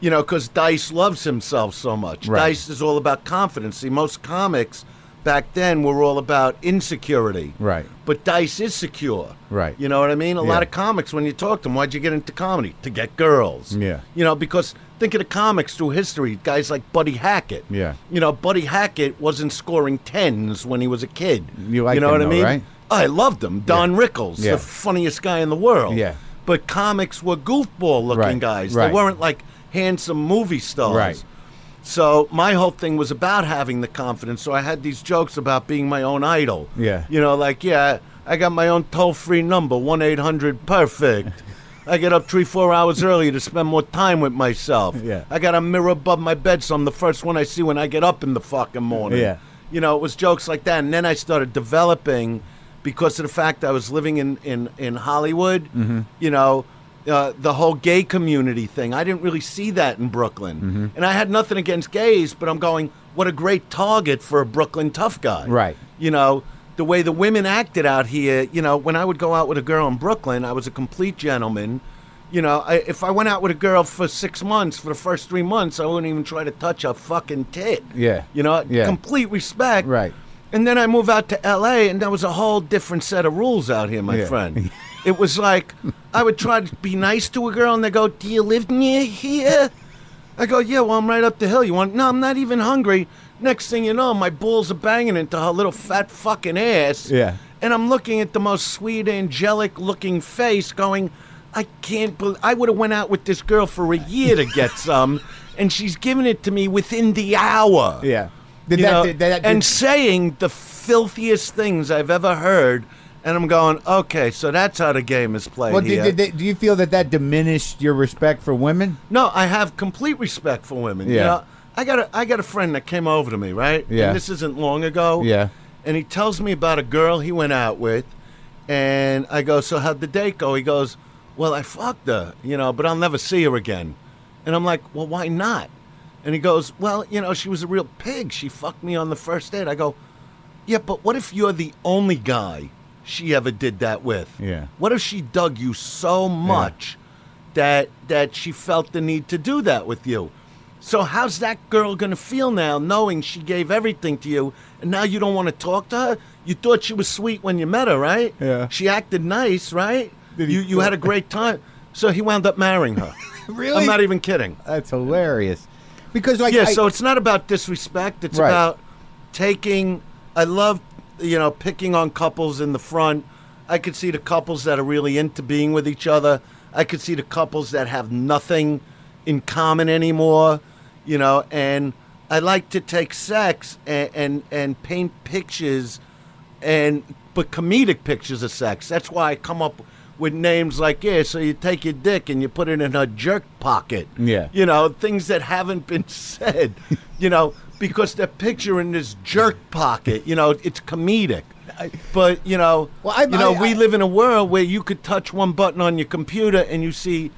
you know, because Dice loves himself so much. Right. Dice is all about confidence. See, most comics back then were all about insecurity. Right. But Dice is secure. Right. You know what I mean? A lot Yeah. of comics, when you talk to them, why'd you get into comedy? To get girls. Yeah. You know, because think of the comics through history, guys like Buddy Hackett. Yeah. You know, Buddy Hackett wasn't scoring tens when he was a kid. You liked know him what I though, mean? right? I loved him. Don Rickles, Yeah. the funniest guy in the world. Yeah. But comics were goofball looking Right, guys. right. They weren't like handsome movie stars. Right. So my whole thing was about having the confidence. So I had these jokes about being my own idol. Yeah. You know, like, yeah, I got my own toll free number, 1 800 perfect. I get up three, four hours early to spend more time with myself. Yeah. I got a mirror above my bed, so I'm the first one I see when I get up in the fucking morning. Yeah. You know, it was jokes like that. And then I started developing because of the fact I was living in, in, in Hollywood, Mm-hmm. you know, uh, the whole gay community thing. I didn't really see that in Brooklyn. Mm-hmm. And I had nothing against gays, but I'm going, what a great target for a Brooklyn tough guy. Right. You know, the way the women acted out here, you know, when I would go out with a girl in Brooklyn, I was a complete gentleman. You know, I, if I went out with a girl for six months, for the first three months, I wouldn't even try to touch her fucking tit. Yeah. You know, Yeah. complete respect. Right. And then I move out to LA, and there was a whole different set of rules out here, my Yeah. friend. It was like I would try to be nice to a girl, and they go, "Do you live near here?" I go, "Yeah, well, I'm right up the hill." You want? No, I'm not even hungry. Next thing you know, my balls are banging into her little fat fucking ass. Yeah. And I'm looking at the most sweet, angelic-looking face, going, "I can't believe I would have went out with this girl for a year to get some, and she's giving it to me within the hour." Yeah. Did You that, know, did that- did- and saying the filthiest things I've ever heard, and I'm going, okay, so that's how the game is played well, here. did, did, they- do you feel that that diminished your respect for women? no, I have complete respect for women. You Yeah. know, I got a I got a friend that came over to me, right? Yeah. And this isn't long ago. Yeah. And he tells me about a girl he went out with, and I go, so how'd the date go? He goes, well, I fucked her, you know, but I'll never see her again. And I'm like, well, why not? And he goes, well, you know, she was a real pig. She fucked me on the first date. I go, Yeah, but what if you're the only guy she ever did that with. Yeah. What if she dug you so much that that she felt the need to do that with you? So how's that girl gonna feel now, knowing she gave everything to you, and now you don't want to talk to her? You thought she was sweet when you met her, right? Yeah. She acted nice, right? Did he- you you had a great time. So he wound up marrying her. Really? I'm not even kidding. That's hilarious. Because like Yeah, I- so it's not about disrespect. It's Right. about taking. I love, you know, picking on couples in the front. I could see the couples that are really into being with each other. I could see the couples that have nothing in common anymore, you know. And I like to take sex and and, and paint pictures, and but comedic pictures of sex. That's why I come up with names like yeah. So you take your dick and you put it in her jerk pocket Yeah. you know, things that haven't been said, you know, because they're picturing this jerk pocket, you know, it's comedic. But, you know, Well, I- you know, I- we I- live in a world where you could touch one button on your computer and you see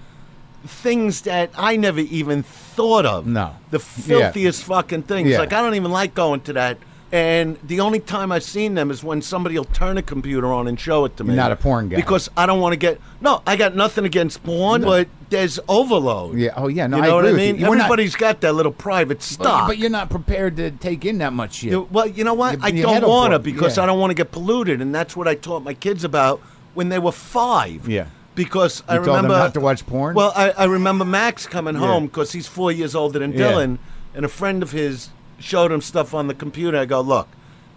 things that I never even thought of. No. The filthiest fucking things. Yeah. Like I don't even like going to that. And the only time I've seen them is when somebody will turn a computer on and show it to me. You're not a porn guy. Because I don't want to get no, I got nothing against porn, but there's overload. Yeah. Oh, yeah. No, you I know what I agree with you. mean. We're not- Oh, Everybody's got their little private But, stock. but you're not prepared to take in that much shit. You- well, you know what? You- I you had don't a want to point, because yeah. I don't want to get polluted, and that's what I taught my kids about when they were five. Yeah. Because I You told them remember not to watch porn? Well, I, I remember Max coming home because he's four years older than Yeah. Dylan, and a friend of his showed him stuff on the computer. I go, look,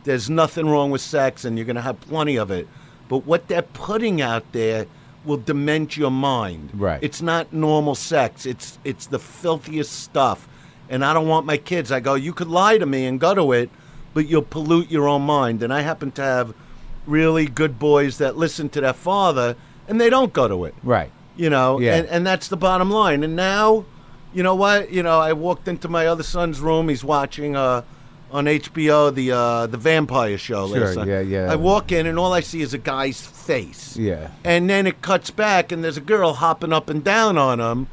there's nothing wrong with sex, and you're going to have plenty of it, but what they're putting out there will dement your mind. Right. It's not normal sex. It's it's the filthiest stuff, and I don't want my kids. I go, you could lie to me and go to it, but you'll pollute your own mind. And I happen to have really good boys that listen to their father, and they don't go to it. right. You know, Yeah. and, and that's the bottom line. And now, you know what? You know, I walked into my other son's room. He's watching uh, on HBO the uh, the Vampire Show. Sure, last night. yeah, yeah. I walk in and all I see is a guy's face. Yeah. And then it cuts back and there's a girl hopping up and down on him,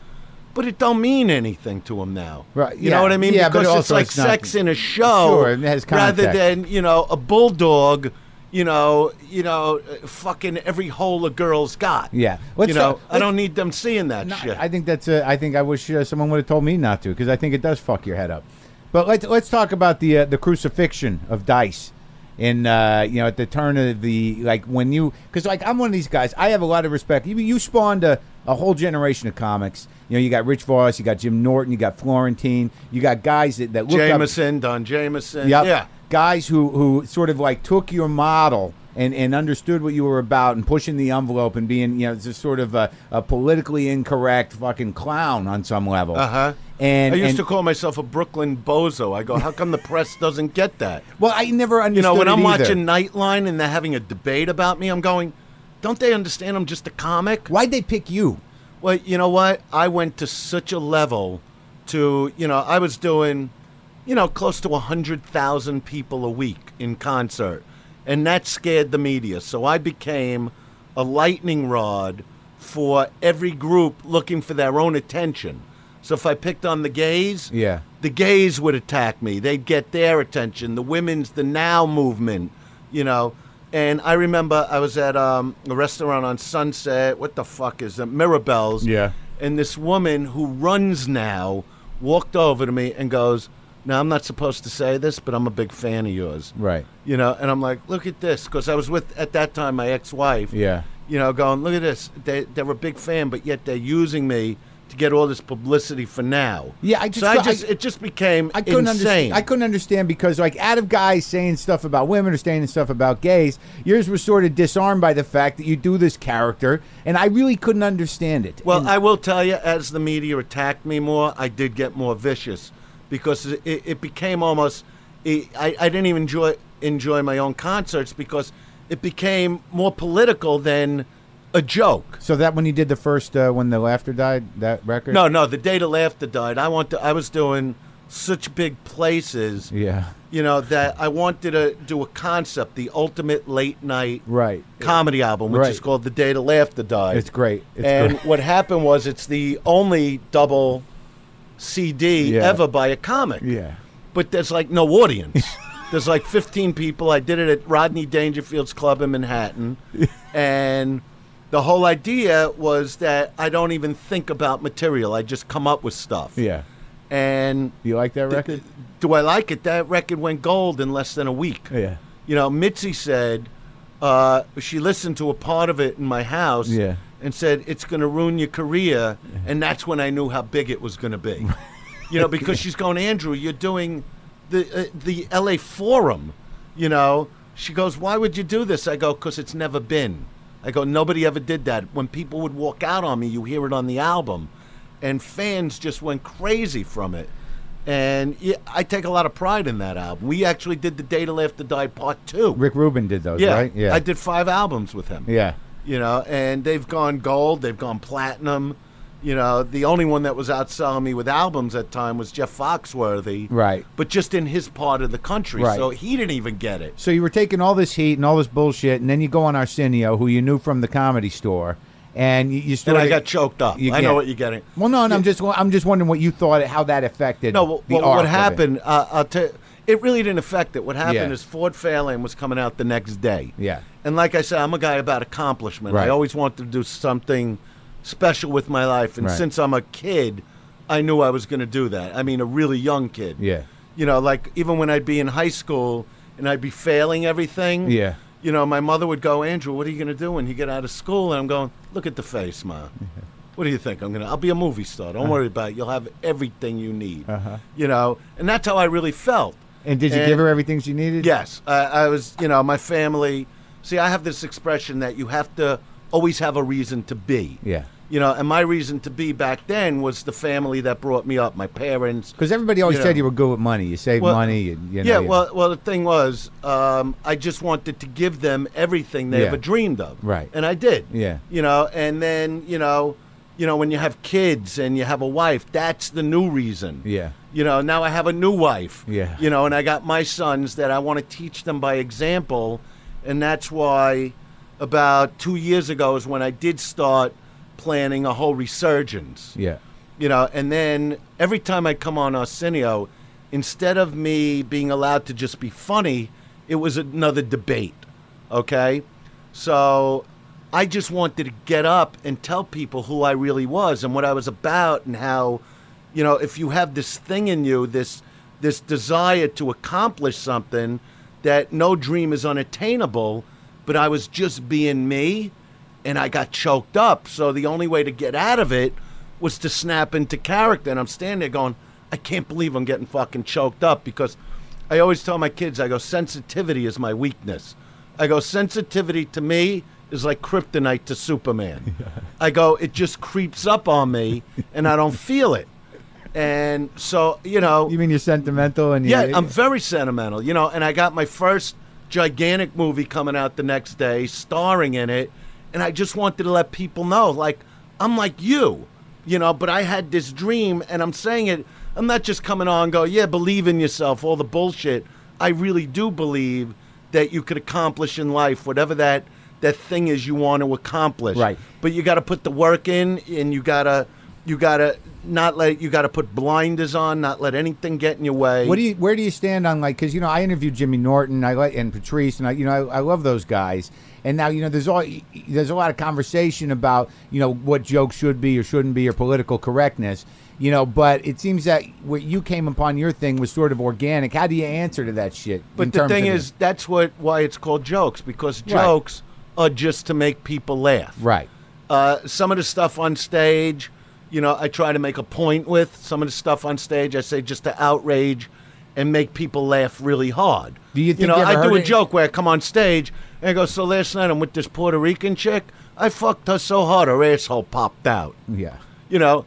but it don't mean anything to him now. Right, You yeah, know what I mean? yeah, but because it's also like it's not- sex in a show Sure, and it has rather context. than, you know, a bulldog. You know, you know, uh, fucking every hole a girl's got. Yeah. Let's you know, talk- I don't need them seeing that No, shit. I think that's. A, I think I wish uh, someone would have told me not to because I think it does fuck your head up. But let's let's talk about the uh, the crucifixion of dice. In uh, you know at the turn of the like when you because like I'm one of these guys I have a lot of respect you you spawned a, a whole generation of comics you know you got Rich Voss you got Jim Norton you got Florentine you got guys that that look up Jameson, Don Jameson. Yep. Yeah. Guys who who sort of like took your model and, and understood what you were about and pushing the envelope and being you know just sort of a, a politically incorrect fucking clown on some level. Uh huh. And I used and- to call myself a Brooklyn bozo. I go, how come the press doesn't get that? well, I never understood. You know, when it I'm either. watching Nightline and they're having a debate about me, I'm going, don't they understand I'm just a comic? why'd they pick you? Well, you know what? I went to such a level to, you know, I was doing, you know, close to 100,000 people a week in concert. And that scared the media. So I became a lightning rod for every group looking for their own attention. So if I picked on the gays, Yeah. the gays would attack me. They'd get their attention. The women's the now movement, you know. And I remember I was at um, a restaurant on Sunset. What the fuck is it? Mirabelle's. Yeah. And this woman who runs now walked over to me and goes, "Now I'm not supposed to say this, but I'm a big fan of yours." Right. You know. And I'm like, "Look at this," because I was with at that time my ex-wife Yeah. you know, going, look at this. They, they're a big fan, but yet they're using me to get all this publicity for now. Yeah, I just so I cou- just I- it just became I couldn't insane. understand. I couldn't understand because like out of guys saying stuff about women or saying stuff about gays, yours was sort of disarmed by the fact that you do this character, and I really couldn't understand it. well, And- I will tell you, as the media attacked me more, I did get more vicious because it, it, it became almost. It, I I didn't even enjoy enjoy my own concerts because it became more political than a joke. So that when you did the first uh, when the laughter died that record. No, no, the day till after died. I want to. I was doing such big places. Yeah. you know that I wanted to do a concept, the ultimate late night Right. comedy album, which is Right. called The Day to Laugh to Die. It's great. It's and great. what happened was, it's the only double CD Yeah. ever by a comic. Yeah. But there's like no audience. There's like 15 people. I did it at Rodney Dangerfield's club in Manhattan, and the whole idea was that I don't even think about material. I just come up with stuff. Yeah. And You like that record? do I like it? That record went gold in less than a week. Yeah. You know, Mitzi said uh, she listened to a part of it in my house Yeah. and said, it's going to ruin your career. And that's when I knew how big it was going to be. you know, because she's going, Andrew, you're doing the, uh, the LA Forum. You know, she goes, why would you do this? I go, because it's never been. I go, nobody ever did that. When people would walk out on me, you hear it on the album. And fans just went crazy from it. And yeah, I take a lot of pride in that album. We actually did the Day to Laugh to Die Part Two. Rick Rubin did those, yeah, right? I did five albums with him. Yeah. you know, and they've gone gold, they've gone platinum. You know, the only one that was outselling me with albums at time was Jeff Foxworthy, Right. But just in his part of the country, Right. so he didn't even get it. So you were taking all this heat and all this bullshit, and then you go on Arsenio, who you knew from the comedy store, and you, you And started. I got choked up. You I know can't- what you're getting. Well, no, and I'm just I'm just wondering what you thought, how that affected. No, well, the what, arc what of it. happened? Uh, I'll tell. It really didn't affect it. What happened Yeah. is Ford Fairlane was coming out the next day. Yeah. And like I said, I'm a guy about accomplishment. Right. I always wanted to do something special with my life, and Right. since I'm a kid, I knew I was going to do that. I mean, a really young kid. Yeah. You know, like even when I'd be in high school and I'd be failing everything. Yeah. You know, my mother would go, Andrew, what are you going to do when you get out of school? And I'm going, look at the face, ma. What do you think? I'm gonna. I'll be a movie star. Don't Uh-huh. worry about it. You'll have everything you need. You know, and that's how I really felt. And did you give her everything she needed? Yes, I, I was. You know, my family. See, I have this expression that you have to always have a reason to be. Yeah. You know, and my reason to be back then was the family that brought me up, my parents. Because everybody always You said know. you were good with money. You saved Well, money. You, you know, yeah, you- well, well, the thing was, um, I just wanted to give them everything they Yeah. ever dreamed of, Right. And I did, Yeah. You know, and then you know, you know, when you have kids and you have a wife, that's the new reason, Yeah. You know, now I have a new wife, Yeah. You know, and I got my sons that I want to teach them by example, and that's why about two years ago is when I did start planning a whole resurgence, Yeah. you know and then every time i come on arsenio instead of me being allowed to just be funny it was another debate okay so i just wanted to get up and tell people who i really was and what i was about and how you know if you have this thing in you this this desire to accomplish something that no dream is unattainable but i was just being me and I got choked up. So the only way to get out of it was to snap into character. And I'm standing there going, I can't believe I'm getting fucking choked up because I always tell my kids, I go, sensitivity is my weakness. I go, sensitivity to me is like kryptonite to Superman. I go, it just creeps up on me and I don't feel it. And so, you know. You mean you're sentimental and you- Yeah, I'm very sentimental, you know. And I got my first gigantic movie coming out the next day, starring in it, and I just wanted to let people know, like, I'm like you, you know. But I had this dream, and I'm saying it. I'm not just coming on and go, yeah, believe in yourself, all the bullshit. I really do believe that you could accomplish in life whatever that that thing is you want to accomplish. Right. But you got to put the work in, and you gotta you gotta not let you gotta put blinders on, not let anything get in your way. What do you? Where do you stand on like? Because you know, I interviewed Jimmy Norton, I like and Patrice, and I, you know, I, I love those guys. And now you know, there's all there's a lot of conversation about you know what jokes should be or shouldn't be or political correctness. You know, but it seems that what you came upon your thing was sort of organic. How do you answer to that shit? in But the terms thing of- is, that's what why it's called jokes because jokes are just to make people laugh. right? Uh, some of the stuff on stage, you know, I try to make a point with. Some of the stuff on stage, I say just to outrage and make people laugh really hard. Do you think know, you ever I do heard a it- joke where I come on stage and I go, "So last night I'm with this Puerto Rican chick. I fucked her so hard her asshole popped out." Yeah. You know,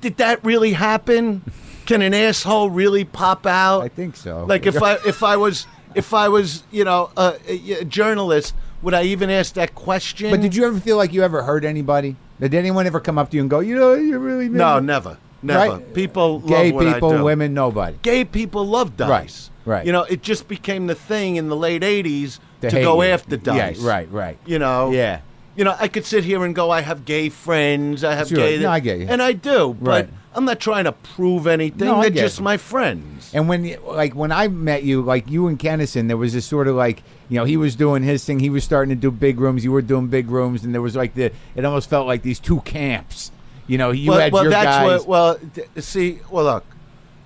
did that really happen? Can an asshole really pop out? I think so. Like if I if I was if I was you know a, a journalist, would I even ask that question? But did you ever feel like you ever hurt anybody? Did anyone ever come up to you and go, you know, you really made No, me-" never, never. Right? People gay love what I people, do. women, nobody. Gay people love dice. Right, right. You know, it just became the thing in the late '80s To to, hate go you. after dice. Yeah, right, right. You know. Yeah. You know, I could sit here and go, I have gay friends. I have Sure. gay. No, I get you. And I do, but Right. I'm not trying to prove anything. No, I They're get just it. my friends. And when like when I met you, like you and Kennison, there was this sort of like you know he was doing his thing, he was starting to do big rooms, you were doing big rooms, and there was like the it almost felt like these two camps. You know, you well, had well your that's guys. what. Well, d- see, well, look,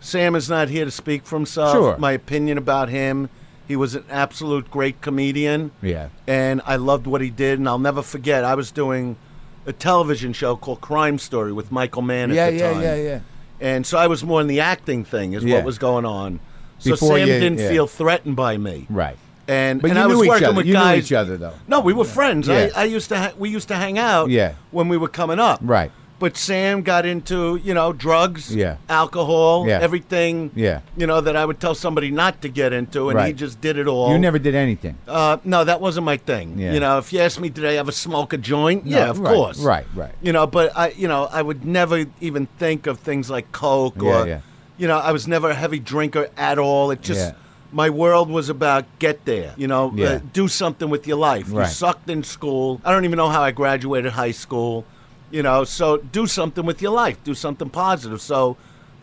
Sam is not here to speak for himself. Sure. My opinion about him, he was an absolute great comedian. Yeah. And I loved what he did, and I'll never forget. I was doing a television show called Crime Story with Michael Mann Yeah, at the yeah, time. yeah, yeah. And so I was more in the acting thing, is Yeah. what was going on. So Before Sam you- didn't yeah. feel threatened by me. right. And But and you I knew was each working other. with You knew guys. each other, though. No, we were friends. Yeah. I, I used to ha- we used to hang out. Yeah. When we were coming up. Right. But Sam got into you know drugs. Yeah. Alcohol. Yeah. Everything. Yeah. You know that I would tell somebody not to get into, and he Right. just did it all. You never did anything. Uh, no, that wasn't my thing. Yeah. You know, if you asked me, did I ever smoke a joint? yeah, of right, course. right, right. You know, but I, you know, I would never even think of things like coke Yeah, or, yeah. you know, I was never a heavy drinker at all. It just Yeah. my world was about get there. You know, Yeah. uh, do something with your life. Right. You sucked in school. I don't even know how I graduated high school. You know, so do something with your life. Do something positive. So.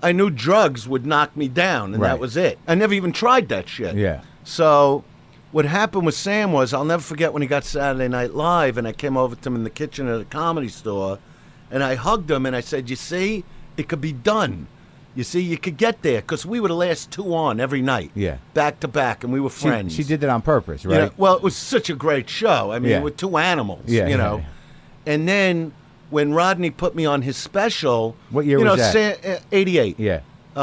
I knew drugs would knock me down, and Right. that was it. I never even tried that shit. Yeah. So what happened with Sam was I'll never forget when he got Saturday Night Live and I came over to him in the kitchen at a comedy store and I hugged him and I said, You see, it could be done. You see, you could get there because we were the last two on every night. Yeah. Back to back and we were She, friends. she did that on purpose, You know, right? well, it was such a great show. I mean, Yeah. with two animals, Yeah, yeah, you know. And then when Rodney put me on his special, What year you know, was that? Sa- uh, 88 yeah.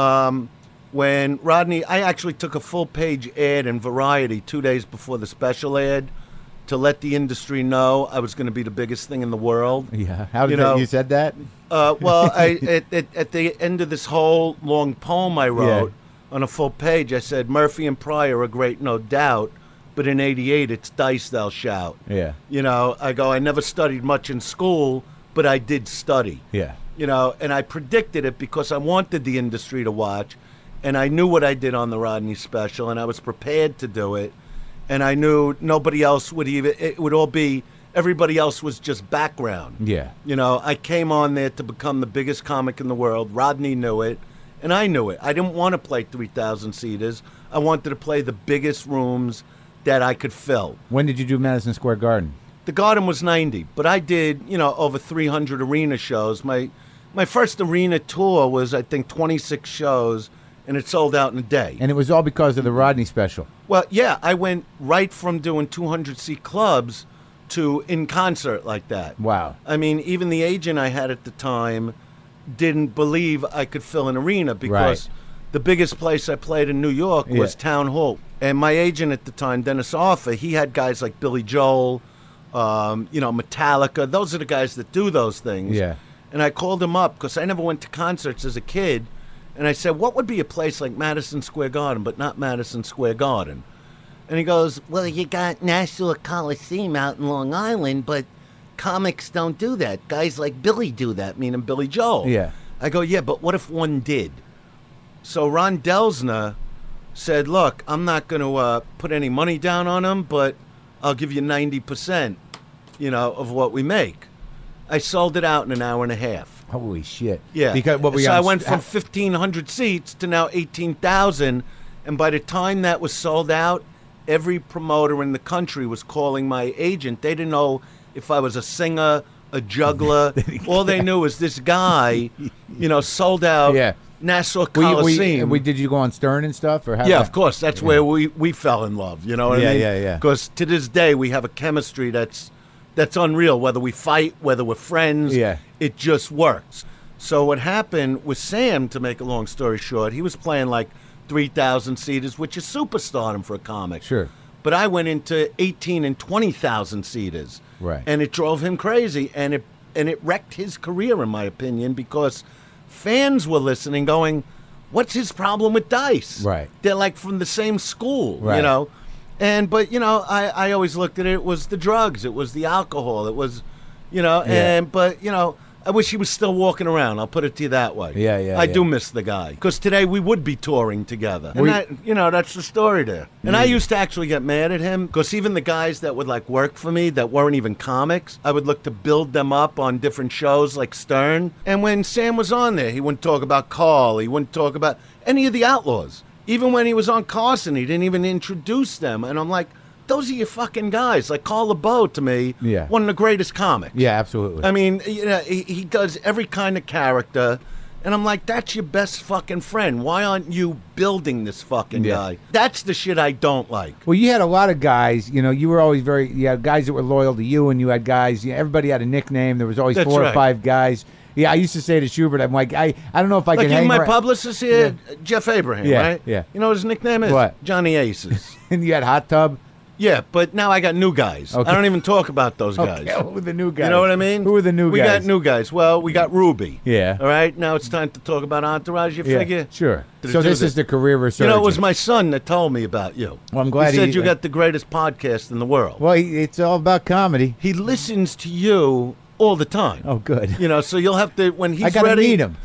when Rodney, I actually took a full page ad in Variety two days before the special ad to let the industry know I was going to be the biggest thing in the world. Yeah. How did you, You that, know- you said that? Uh, well, I, at, at, at the end of this whole long poem I wrote on a full page, I said, Murphy and Pryor are great, no doubt, but in 88, it's dice thou shout. Yeah. You know, I go, I never studied much in school, but I did study Yeah. you know, and I predicted it because I wanted the industry to watch, and I knew what I did on the Rodney special, and I was prepared to do it, and I knew nobody else would even. It would all be everybody else was just background. Yeah. You know, I came on there to become the biggest comic in the world. Rodney knew it, and I knew it. I didn't want to play three thousand seaters. I wanted to play the biggest rooms that I could fill. When did you do Madison Square Garden? The Garden was 90, but I did, you know, over 300 arena shows. My my first arena tour was I think 26 shows and it sold out in a day. And it was all because of the Rodney special. well, yeah, I went right from doing 200 seat clubs to in concert like that. Wow. I mean, even the agent I had at the time didn't believe I could fill an arena because the biggest place I played in New York was Yeah. Town Hall. And my agent at the time, Dennis Arthur, he had guys like Billy Joel, um, you know, Metallica. Those are the guys that do those things. Yeah. And I called him up because I never went to concerts as a kid. And I said, what would be a place like Madison Square Garden, but not Madison Square Garden? And he goes, Well, you got Nassau Coliseum out in Long Island, but comics don't do that. Guys like Billy do that, meaning Billy Joel. Yeah. I go, yeah, but what if one did? So Ron Delsner said, look, I'm not going to uh, put any money down on him, but I'll give you 90%, you know, of what we make. I sold it out in an hour and a half. Holy shit. Yeah. Because what we so on I went st- from 1,500 seats to now 18,000. And by the time that was sold out, every promoter in the country was calling my agent. They didn't know if I was a singer, a juggler. All they knew was this guy, you know, sold out Yeah. Nassau we, Coliseum. we, we did you go on Stern and stuff or how Yeah, of course. That's where we, we fell in love. You know what Yeah, I mean? yeah, yeah. Because to this day we have a chemistry that's that's unreal. Whether we fight, whether we're friends, Yeah. it just works. So what happened with Sam? To make a long story short, he was playing like three thousand seaters, which is superstardom for a comic. Sure. But I went into eighteen and twenty thousand seaters. Right. And it drove him crazy, and it and it wrecked his career, in my opinion, because fans were listening, going, "What's his problem with Dice?" Right. They're like from the same school, Right. you know. And but you know, I I always looked at it, it was the drugs, it was the alcohol, it was, you know, Yeah. and but you know, I I wish he was still walking around. I'll put it to you that way. Yeah, yeah, I do yeah. miss the guy because today we would be touring together. And that, you know, that's the story there. And I used to actually get mad at him because even the guys that would like work for me that weren't even comics, I would look to build them up on different shows like Stern. And when Sam was on there, he wouldn't talk about Carl. He wouldn't talk about any of the Outlaws. Even when he was on Carson, he didn't even introduce them. And I'm like. Those are your fucking guys. Like Carl LeBeau to me, Yeah. one of the greatest comics. Yeah, absolutely. I mean, you know, he, he does every kind of character. And I'm like, that's your best fucking friend. Why aren't you building this fucking Yeah. guy? That's the shit I don't like. Well, you had a lot of guys. You know, you were always very. You had guys that were loyal to you, and you had guys. You know, everybody had a nickname. There was always That's four or right. five guys. Yeah, I used to say to Schubert, I'm like, I, I don't know if I Like can even hang my around- publicist here, uh, Jeff Abraham, Yeah, right? yeah. You know what his nickname is? What? Johnny Aces. And you had hot tub. yeah, but now I got new guys. Okay. I don't even talk about those guys. Okay, who were the new guys? You know what I mean? Who were the new we guys? We got new guys. Well, we got Ruby. Yeah. All right. Now it's time to talk about Entourage. You Yeah, figure? sure. to So do this is the career You resurgence. know, it was my son that told me about you. Well, I'm glad he said he- uh, you got the greatest podcast in the world. Well, he- it's all about comedy. he listens to you all the time. Oh, good. You know, so you'll have to when he's gotta ready. uh, meet him.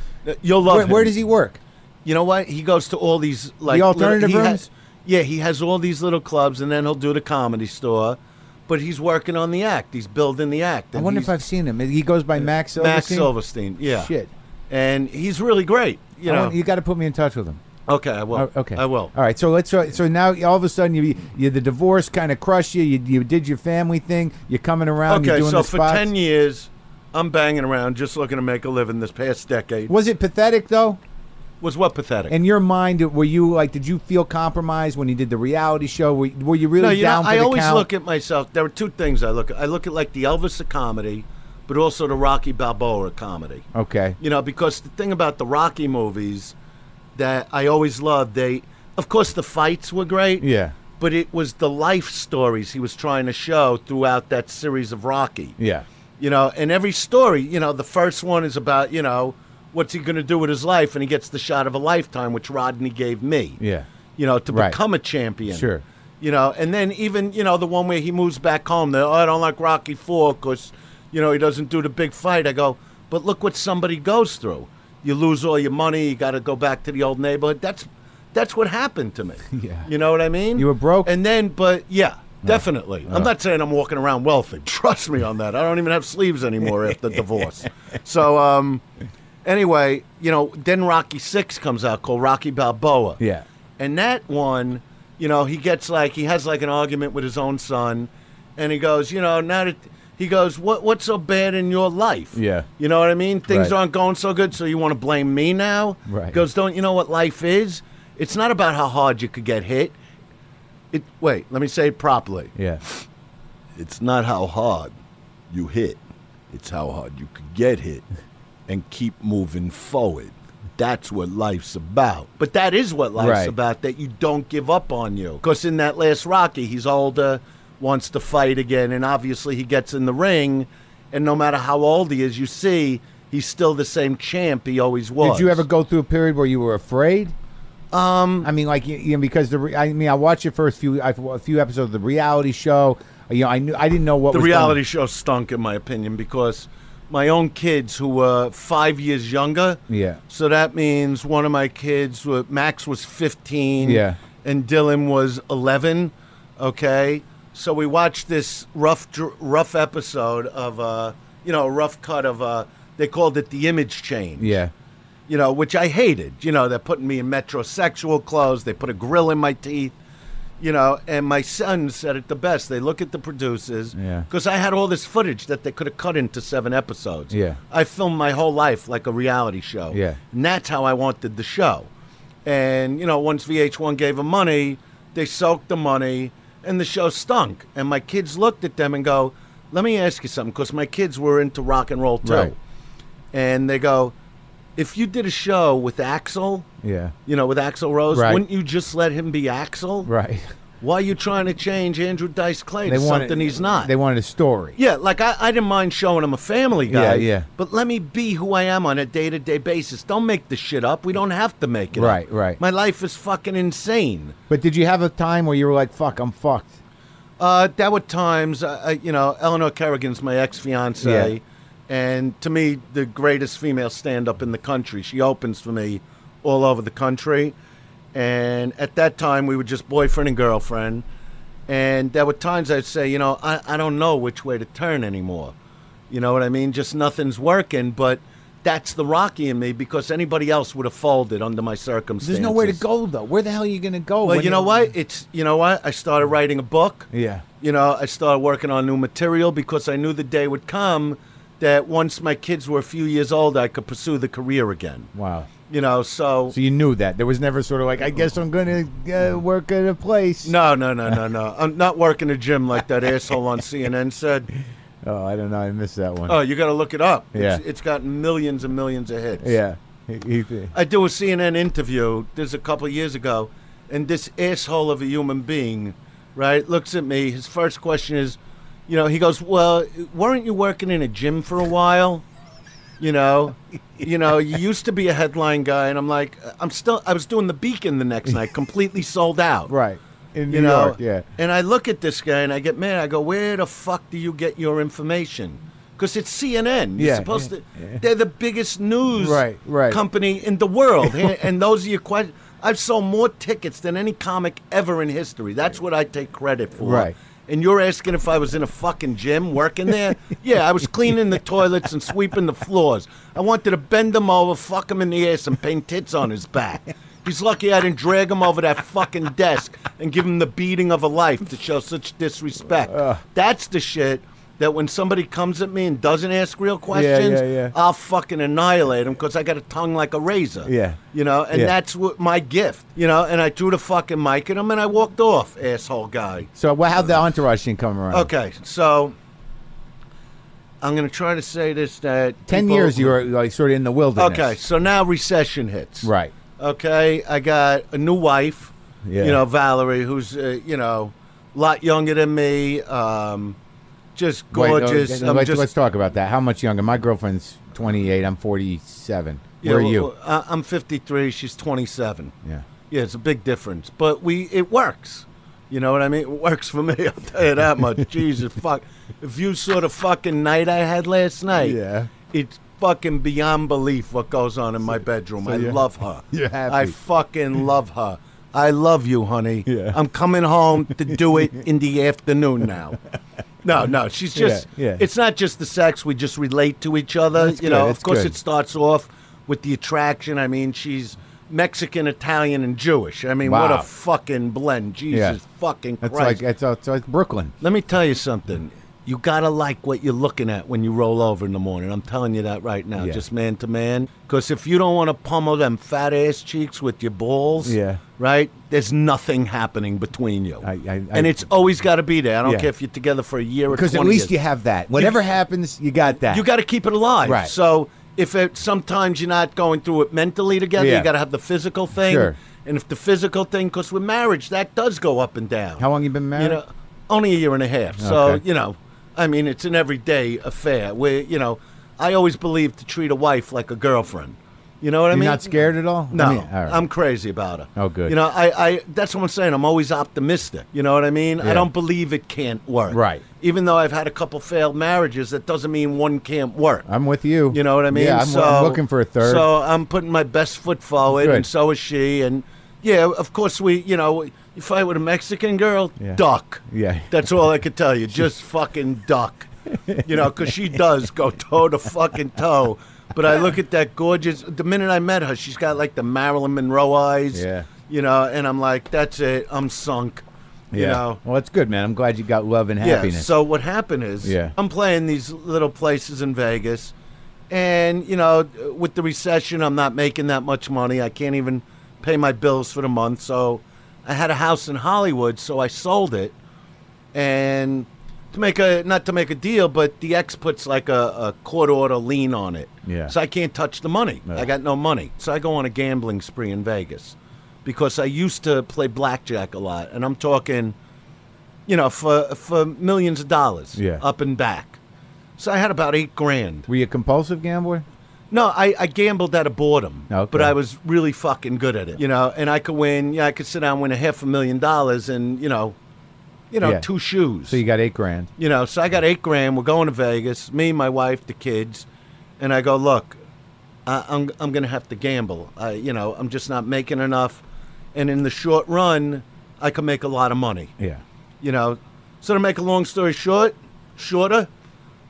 You'll love Where, him. where does he work? You know what? He goes to all these like The alternative he ha- rooms? yeah, he has all these little clubs, and then he'll do the comedy store. But he's working on the act. He's building the act. I and wonder if he's- I've seen him. He goes by Max. Max Silverstein? Silverstein. Yeah. Shit. And he's really great. You I know. want- you got to put me in touch with him. okay, I will. Oh, okay. I will. All right. So let's. uh, So, so now all of a sudden you, you the divorce kind of crushed you. you. You did your family thing. You're coming around. Okay, you're doing so the for spots. ten years, I'm banging around just looking to make a living. This past decade Was it pathetic though? was what pathetic. In your mind, were you like? Did you feel compromised when you did the reality show? Were, were you really no, you down know, for I the always count? look at myself. There are two things I look at. I look at like the Elvis of comedy, but also the Rocky Balboa of comedy. okay. You know, because the thing about the Rocky movies that I always loved, they, of course, the fights were great. Yeah. But it was the life stories he was trying to show throughout that series of Rocky. Yeah. You know, and every story, you know, the first one is about, you know, what's he going to do with his life? And he gets the shot of a lifetime, which Rodney gave me Yeah. you know, to Right. become a champion. Sure. You know, and then even, you know, the one where he moves back home, the, oh, I don't like Rocky Four because, you know, he doesn't do the big fight. I go, but look what somebody goes through. You lose all your money. You got to go back to the old neighborhood. That's that's what happened to me. Yeah. You know what I mean? You were broke? Oh. And then, but yeah, definitely. I'm not saying I'm walking around wealthy. Trust me on that. I don't even have sleeves anymore after divorce. So, um, anyway, you know, then Rocky Six comes out called Rocky Balboa. Yeah. And that one, you know, he gets like he has like an argument with his own son, and he goes, you know, now that he goes, what what's so bad in your life? Yeah. You know what I mean? Things Right. aren't going so good, so you want to blame me now? Right. He goes, don't you know what life is? It's not about how hard you could get hit. It wait, let me say it properly. Yeah. It's not how hard you hit. It's how hard you could get hit and keep moving forward. That's what life's about. But that is what life's Right. about that you don't give up on you. Because in that last Rocky, he's older, wants to fight again, and obviously he gets in the ring. And no matter how old he is, you see he's still the same champ he always was. Did you ever go through a period where you were afraid? Um, I mean, like you, you know, because the re- I mean, I watched your first few I, a few episodes of the reality show. You know, I knew I didn't know what the was going- reality show stunk in my opinion because my own kids who were five years younger Yeah. so that means one of my kids wa- max was 15 Yeah. and dylan was 11 okay so we watched this rough dr- rough episode of uh you know a rough cut of uh they called it the image change Yeah, you know, which I hated. You know, they're putting me in metrosexual clothes. They put a grill in my teeth. You know, and my son said it the best. They look at the producers Yeah. because I had all this footage that they could have cut into seven episodes. Yeah. I filmed my whole life like a reality show. Yeah. and that's how I wanted the show. And you know, once VH1 gave them money, they soaked the money, and the show stunk. And my kids looked at them and go, "Let me ask you something," because my kids were into rock and roll too Right. and they go, if you did a show with Axel, yeah, you know, with Axel Rose, Right. wouldn't you just let him be Axel? right. Why are you trying to change Andrew Dice Clay to something he's not? They wanted a story. yeah, like I, I didn't mind showing him a family guy. Yeah, yeah. But let me be who I am on a day to day basis. Don't make the shit up. We don't have to make it up. Right, right. My life is fucking insane. But did you have a time where you were like, "Fuck, I'm fucked"? Uh, there were times, uh, uh, you know, Eleanor Kerrigan's my ex fiance, Yeah. and to me, the greatest female stand up in the country. She opens for me all over the country. And at that time, we were just boyfriend and girlfriend. And there were times I'd say, you know, I, I don't know which way to turn anymore. You know what I mean? Just nothing's working. But that's the Rocky in me because anybody else would have folded under my circumstances. There's nowhere to go though. Where the hell are you gonna go? Well, when you know what? It's you know what? I started writing a book. Yeah. You know, I started working on new material because I knew the day would come that once my kids were a few years old, I could pursue the career again. Wow. You know, so, So you knew that there was never sort of like I guess I'm gonna uh, work at a place. no, no, no, no, no. I'm not working a gym like that asshole on CNN said. Oh, I don't know. I missed that one. Oh, you got to look it up. It's, Yeah. it's got millions and millions of hits. yeah. He- he- I do a CNN interview. This is a couple years ago, and this asshole of a human being, right, looks at me. His first question is, you know, he goes, "Well, weren't you working in a gym for a while? You know, you know, you used to be a headline guy." And I'm like, "I'm still. I was doing the Beacon the next night, completely sold out." right. In New you know, York. Yeah. And I look at this guy and I get mad. I go, "Where the fuck do you get your information?" Because it's CNN. You're Yeah, supposed yeah, to. They're the biggest news Right, right. company in the world. and and those are your questions. I've sold more tickets than any comic ever in history. That's what I take credit for. Right. And you're asking if I was in a fucking gym working there? yeah, I was cleaning the toilets and sweeping the floors. I wanted to bend him over, fuck him in the ass, and paint tits on his back. He's lucky I didn't drag him over that fucking desk and give him the beating of a life to show such disrespect. That's the shit that when somebody comes at me and doesn't ask real questions, yeah. I'll fucking annihilate him because I got a tongue like a razor. Yeah. You know, and Yeah. that's what my gift, you know, and I threw the fucking mic at him and I walked off, asshole guy. So wha- how'd the entourage thing come around? Okay, so I'm going to try to say this that Ten people- years you were like sort of in the wilderness. Okay, so now recession hits. Right. Okay, I got a new wife. Yeah. You know, Valerie, who's uh, you know, a lot younger than me. Um, just Wait, no, gorgeous. let's, I'm let's- just- let's talk about that. How much younger? My girlfriend's 28. I'm 47. yeah, Where are well, you? well, I- I'm 53. She's 27. yeah. Yeah, it's a big difference, but we it works. You know what I mean? It works for me. I'll tell you that much. Jesus fuck! If you saw the fucking night I had last night, Yeah. it's fucking beyond belief what goes on in my bedroom. I you're- love her. you're happy. I fucking love her. I love you, honey. Yeah. I'm coming home to do it in the afternoon now. No, no, she's just. Yeah, yeah. It's not just the sex. We just relate to each other. That's you good, know, that's of course, good. it's starts off with the attraction. I mean, she's Mexican, Italian, and Jewish. I mean, what Wow. a fucking blend. Jesus fucking That's Christ. like that's, that's like Brooklyn. Let me tell you something. You gotta like what you're looking at when you roll over in the morning. I'm telling you that right now, Yeah. just man to man. Because if you don't want to pummel them fat ass cheeks with your balls, Yeah. right? There's nothing happening between you, I- I- I- and it's always got to be there. I don't Yeah. care if you're together for a year Because or at 20 least years. you have that. Whatever happens, you got that. You got to keep it alive. Right. So if it, sometimes you're not going through it mentally together, Yeah. you got to have the physical thing. Sure. And if the physical thing, because with marriage, that does go up and down. How long you been married? You know, only a year and a half. So Okay. you know, I mean, it's an everyday affair. Where you know, I always believe to treat a wife like a girlfriend. You know what I You're mean? not scared at all? I No, I mean, all right. am crazy about her. Oh, good. You know, I, I that's what I'm saying. I'm always optimistic. You know what I mean? Yeah. I don't believe it can't work. Right. Even though I've had a couple failed marriages, that doesn't mean one can't work. I'm with you. You know what I mean? Yeah, I'm, so, I'm looking for a third. So I'm putting my best foot forward, Good. and so is she. And yeah, of course we. You know, you fight with a Mexican girl, Yeah. duck. Yeah. that's all I could tell you. Just fucking duck. You know, because she does go toe to fucking toe. But I look at that gorgeous. The minute I met her, she's got like the Marilyn Monroe eyes. Yeah. You know, and I'm like, that's it. I'm sunk. yeah. You know. Well, that's good, man. I'm glad you got love and Yeah. happiness. So what happened is, Yeah. I'm playing these little places in Vegas, and you know, with the recession, I'm not making that much money. I can't even pay my bills for the month. So I had a house in Hollywood, so I sold it, and to make a not to make a deal, but the ex puts like a, a court order lien on it. Yeah. So I can't touch the money. I got no money. So I go on a gambling spree in Vegas. Because I used to play blackjack a lot, and I'm talking you know, for for millions of dollars, Yeah. up and back. So I had about eight grand. Were you a compulsive gambler? No, I, I gambled out of boredom, Okay. but I was really fucking good at it, you know. And I could win, yeah, I could sit down and win a half a million dollars, and you know, you know, Yeah. two shoes. So you got eight grand. You know, so I got eight grand. We're going to Vegas. Me, my wife, the kids, and I go. Look, I, I'm I'm gonna have to gamble. I, you know, I'm just not making enough, and in the short run, I can make a lot of money. Yeah. You know, so to make a long story short, shorter,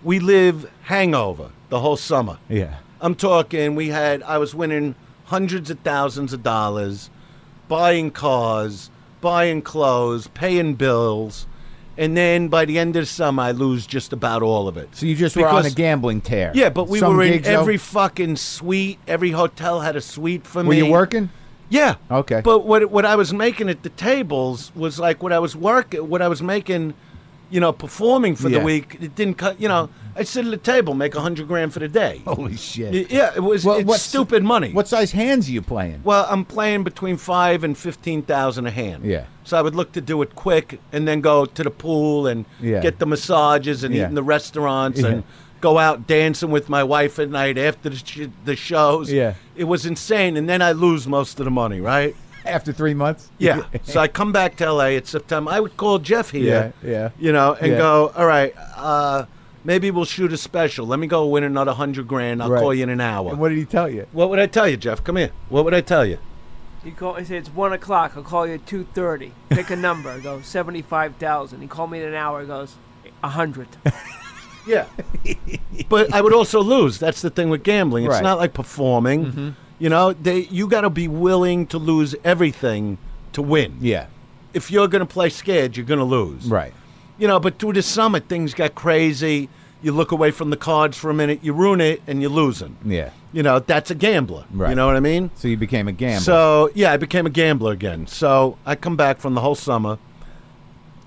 we live hangover the whole summer. Yeah. I'm talking. We had. I was winning hundreds of thousands of dollars, buying cars, buying clothes, paying bills, and then by the end of the summer, I lose just about all of it. So you just were on a Because- gambling tear. Yeah, but we Some were in gigs, though? every fucking suite. Every hotel had a suite for Were me. you working? Yeah. Okay. But what what I was making at the tables was like what I was working, what I was making, you know, performing for Yeah. the week. It didn't cut. You know, I'd sit at the table, make a hundred grand for the day. Holy shit. Y- Yeah, it was Oh, Well, it's what's- stupid money. What size hands are you playing? well, I'm playing between five and fifteen thousand a hand. Yeah. So I would look to do it quick and then go to the pool and Yeah. get the massages and Yeah. eat in the restaurants Yeah. and go out dancing with my wife at night after the, sh- the shows. Yeah. It was insane, and then I lose most of the money, right? After three months? Yeah. so I come back to LA. It's September. I would call Jeff here. Yeah, yeah. You know, and Yeah. go. All right. Uh, maybe we'll shoot a special. Let me go win another hundred grand. I'll Right. call you in an hour. And what did he tell you? What would I tell you, Jeff? Come here. What would I tell you? You call. I say it's one o'clock. I'll call you at two thirty. Pick a number. I go seventy five thousand. He called me in an hour. He goes a hundred. Yeah. but I would also lose. That's the thing with gambling. It's Right. Mm-hmm. not like performing. You know, they you got to be willing to lose everything to win. Yeah. If you're going to play scared, you're going to lose. Right. You know, but through the summer, things got crazy. You look away from the cards for a minute, you ruin it, and you're losing. Yeah. You know, that's a gambler. Right. You know what I mean? So you became a gambler. So yeah, I became a gambler again. So I come back from the whole summer,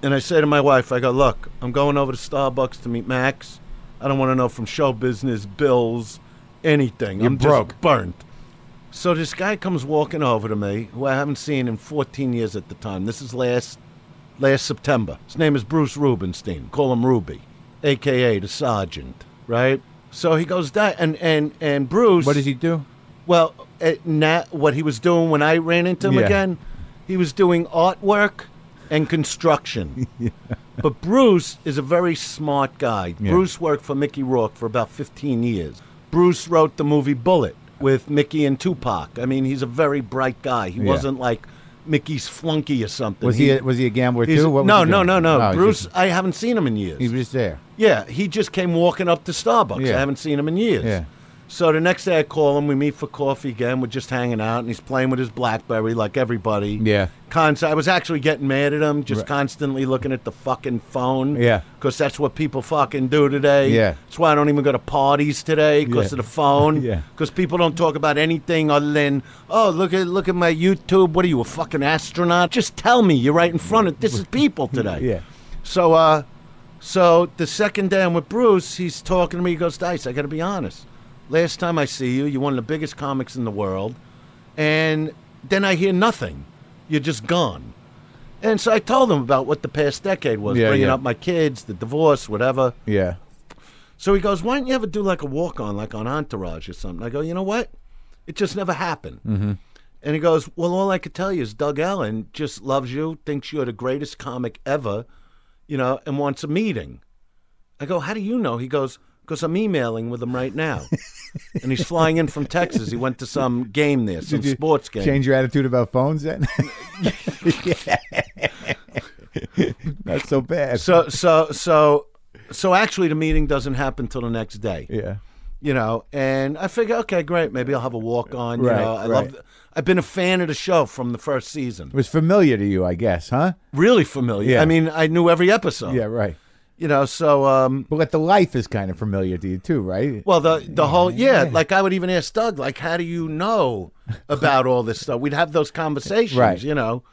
and I say to my wife, I go, look, I'm going over to Starbucks to meet Max. I don't want to know from show business, bills, anything. I'm just broke. burnt. So this guy comes walking over to me, who I haven't seen in 14 years at the time. This is last last September. His name is Bruce Rubenstein. Call him Ruby, aka the Sergeant, right? So he goes down, and and and Bruce. what does he do? Well, at na what he was doing when I ran into him Yeah. again, he was doing artwork and construction. But Bruce is a very smart guy. Yeah. Bruce worked for Mickey Rourke for about 15 years. Bruce wrote the movie Bullet with Mickey and Tupac. I mean, he's a very bright guy. He Yeah. wasn't like Mickey's flunky or something. Was he a, was he a gambler he's- too? What was no, he no, doing? no, no, Oh, he Bruce, just- I haven't seen him in years. He was just there. Yeah, he just came walking up to Starbucks. Yeah. I haven't seen him in years. Yeah. So the next day I call him, we meet for coffee again, we're just hanging out, and he's playing with his Blackberry like everybody. Yeah. Const- I was actually getting mad at him, just constantly looking at the fucking phone. Yeah. Because that's what people fucking do today. Yeah. That's why I don't even go to parties today, Yeah. because of the phone. Yeah. Because people don't talk about anything other than, oh, look at look at my YouTube. What are you, a fucking astronaut? Just tell me. You're right in front of this is people today. Yeah. So uh so the second day I'm with Bruce, he's talking to me, he goes, Dice, I gotta be honest. Last time I see you, you're one of the biggest comics in the world, and then I hear nothing. You're just gone. And so I told him about what the past decade was, Yeah, bringing yeah. up my kids, the divorce, whatever. Yeah. So he goes, Why don't you ever do like a walk on, like on Entourage or something? I go, You know what? It just never happened. Mm-hmm. And he goes, Well, all I could tell you is Doug Allen just loves you, thinks you're the greatest comic ever, you know, and wants a meeting. I go, How do you know? He goes, Because I'm emailing with him right now. and he's flying in from Texas. He went to some game there, some you sports game. Change your attitude about phones then? Not so bad. So, so, so, so actually, the meeting doesn't happen till the next day. yeah. you know, and I figure, okay, great, maybe I'll have a walk on. You Right, know, I right. love. I've been a fan of the show from the first season. It was familiar to you, I guess, huh? Really familiar. Yeah. I mean, I knew every episode. Yeah, right. You know, so um, But the life is kind of familiar to you too, right? well, the the whole yeah, like I would even ask Doug, like, how do you know about all this stuff? We'd have those conversations, Right. you know,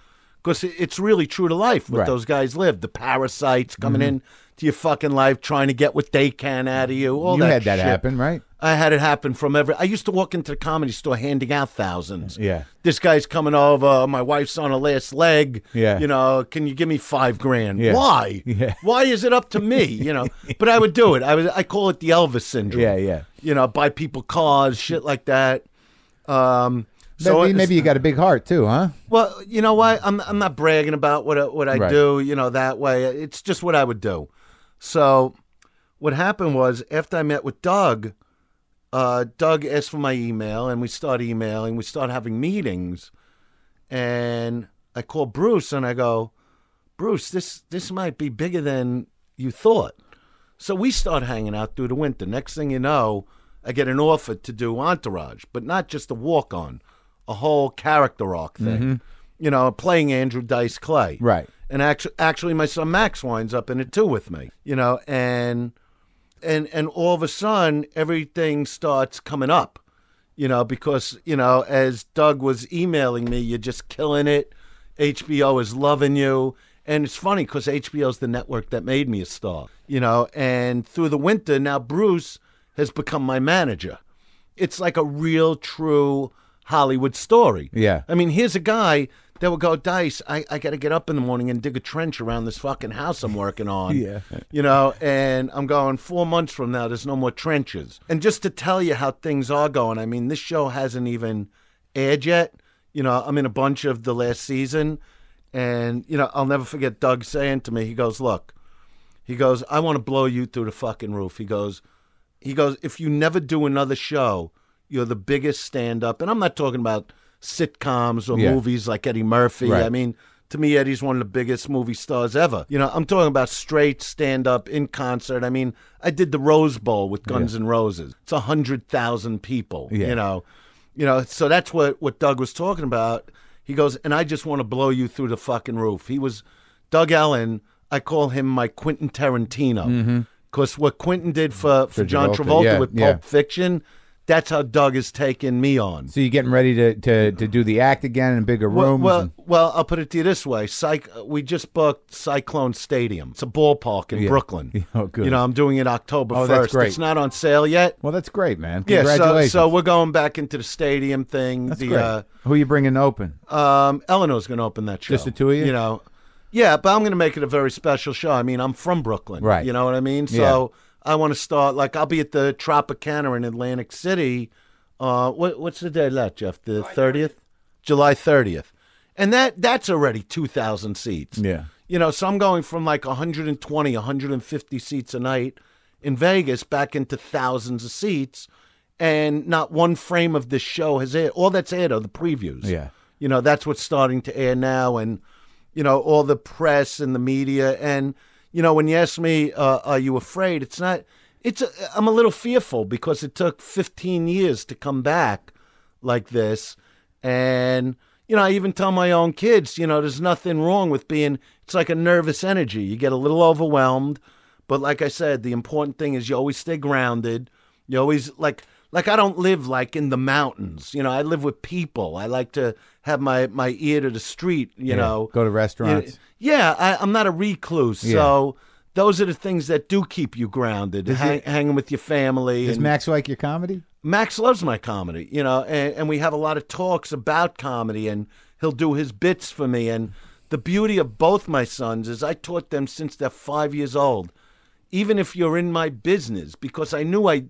because it's really true to life what Right. Mm-hmm. those guys live. The parasites coming in to your fucking life, trying to get what they can out of you. All you that had that shit. happen, right? I had it happen from every. I used to walk into the comedy store handing out thousands. Yeah. This guy's coming over. My wife's on her last leg. Yeah. You know, can you give me five grand? Yeah. Why? Yeah. Why is it up to me? You know, but I would do it. I was. I call it the Elvis syndrome. Yeah, yeah. You know, buy people cars, shit like that. Um, So maybe, it's- maybe you got a big heart too, huh? Well, you know what? I'm I'm not bragging about what I, what I Right. do. You know that way. It's just what I would do. So, what happened was after I met with Doug, uh, Doug asked for my email, and we start emailing. We start having meetings, and I call Bruce, and I go, Bruce, this this might be bigger than you thought. So we start hanging out through the winter. Next thing you know, I get an offer to do Entourage, but not just a walk on, a whole character arc thing. You know, playing Andrew Dice Clay. Right. And actually, actually, my son Max winds up in it too with me. You know, and and and all of a sudden, everything starts coming up. You know, because you know, as Doug was emailing me, you're just killing it. HBO is loving you. And it's funny because HBO's the network that made me a star, you know. And through the winter, now Bruce has become my manager. It's like a real, true Hollywood story. Yeah. I mean, here's a guy that would go, Dice, I, I got to get up in the morning and dig a trench around this fucking house I'm working on. Yeah. You know, and I'm going, four months from now, there's no more trenches. And just to tell you how things are going, I mean, this show hasn't even aired yet. You know, I'm in a bunch of the last season. And, you know, I'll never forget Doug saying to me, he goes, Look, he goes, I want to blow you through the fucking roof. He goes, he goes, if you never do another show, you're the biggest stand up. And I'm not talking about sitcoms or Yeah. movies like Eddie Murphy. Right. I mean, to me, Eddie's one of the biggest movie stars ever. You know, I'm talking about straight stand up in concert. I mean, I did the Rose Bowl with Guns N' Roses. It's a hundred thousand people. Yeah. You know, you know. So that's what what Doug was talking about. He goes, and I just want to blow you through the fucking roof. He was Doug Allen. I call him my Quentin Tarantino because what Quentin did for for John Mm-hmm. Travolta, Travolta, yeah, with Pulp yeah. Fiction, that's how Doug has taken me on. So you're getting ready to, to, to do the act again in bigger Well, rooms. well, and- well, I'll put it to you this way: Psych, uh, we just booked Cyclone Stadium. It's a ballpark in Brooklyn. Oh, good. You know, I'm doing it October Oh, first. that's great. It's not on sale yet. well, that's great, man. Yeah, so, Congratulations. so we're going back into the stadium thing. the Great. uh, Who you bringing open? um, Eleanor's going to open that show. Just the two of you? You know, yeah, but I'm going to make it a very special show. I mean, I'm from Brooklyn, Right. You know what I mean? So I want to start like I'll be at the Tropicana in Atlantic City. Uh, what, what's the day left, Jeff? The thirtieth, July thirtieth, and that that's already two thousand seats. Yeah. You know, so I'm going from like 120, 150 seats a night in Vegas back into thousands of seats, and not one frame of this show has aired. All that's aired are the previews. Yeah. You know, that's what's starting to air now, and, you know, all the press and the media. And, you know, when you ask me, uh, are you afraid? It's not, it's, a, I'm a little fearful because it took 15 years to come back like this. And, you know, I even tell my own kids, you know, there's nothing wrong with being, it's like a nervous energy. You get a little overwhelmed. But like I said, the important thing is you always stay grounded. You always, like, like I don't live like in the mountains. You know, I live with people. I like to have my, my ear to the street, you know. go to restaurants. Yeah, I, I'm not a recluse. So those are the things that do keep you grounded, hang, hanging with your family. Does and- Max like your comedy? Max loves my comedy, you know, and, and we have a lot of talks about comedy, and he'll do his bits for me. And the beauty of both my sons is I taught them since they're five years old, even if you're in my business, because I knew I,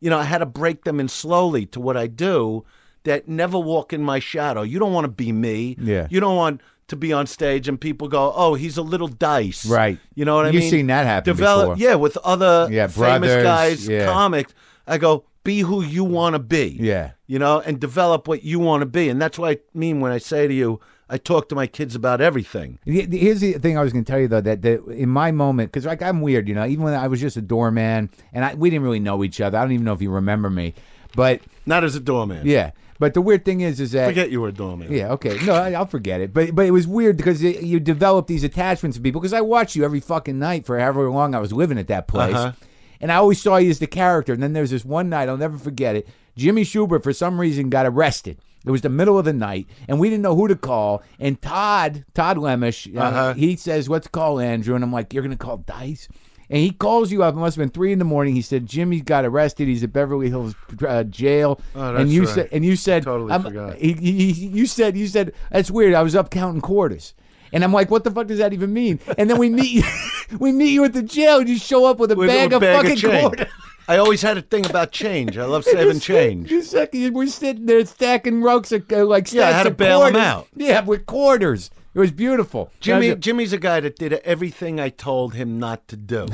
you know, I had to break them in slowly to what I do. That never walk in my shadow. You don't want to be me. Yeah. You don't want to be on stage and people go, "Oh, he's a little dice." Right. You know what I You've mean? seen that happen Develop. before. Yeah, with other Yeah, famous brothers, guys, yeah. comics. I go, be who you want to be. Yeah. You know, and develop what you want to be. And that's what I mean when I say to you, I talk to my kids about everything. The- the- Here's the thing I was going to tell you though that, that in my moment because like I'm weird you know even when I was just a doorman and I, we didn't really know each other I don't even know if you remember me but Not as a doorman. yeah but the weird thing is is that Forget you were a doorman. yeah okay no I, I'll forget it but but it was weird because it, you develop these attachments to people because I watched you every fucking night for however long I was living at that place Uh-huh. and I always saw you as the character and then there was this one night I'll never forget it Jimmy Schubert for some reason got arrested. It was the middle of the night, and we didn't know who to call. And Todd, Todd Lemish, uh, Uh-huh. he says, "Let's call Andrew." And I'm like, "You're gonna call Dice?" And he calls you up. It must have been three in the morning. He said, "Jimmy got arrested. He's at Beverly Hills uh, jail." and Oh, that's you right. said, "And you said, Totally I'm- forgot. he, he, he- you said, you said that's weird. I was up counting quarters." And I'm like, what the fuck does that even mean? And then we meet, you, we meet you at the jail, and you show up with a With bag a of bag of fucking change. quarters. I always had a thing about change. I love saving change. You suck. You We're sitting there stacking rocks of, uh, like Yeah, I stacks had to of bail 'em quarters. out. Yeah, with quarters. It was beautiful. Jimmy, That was Jimmy's a guy that did everything I told him not to do.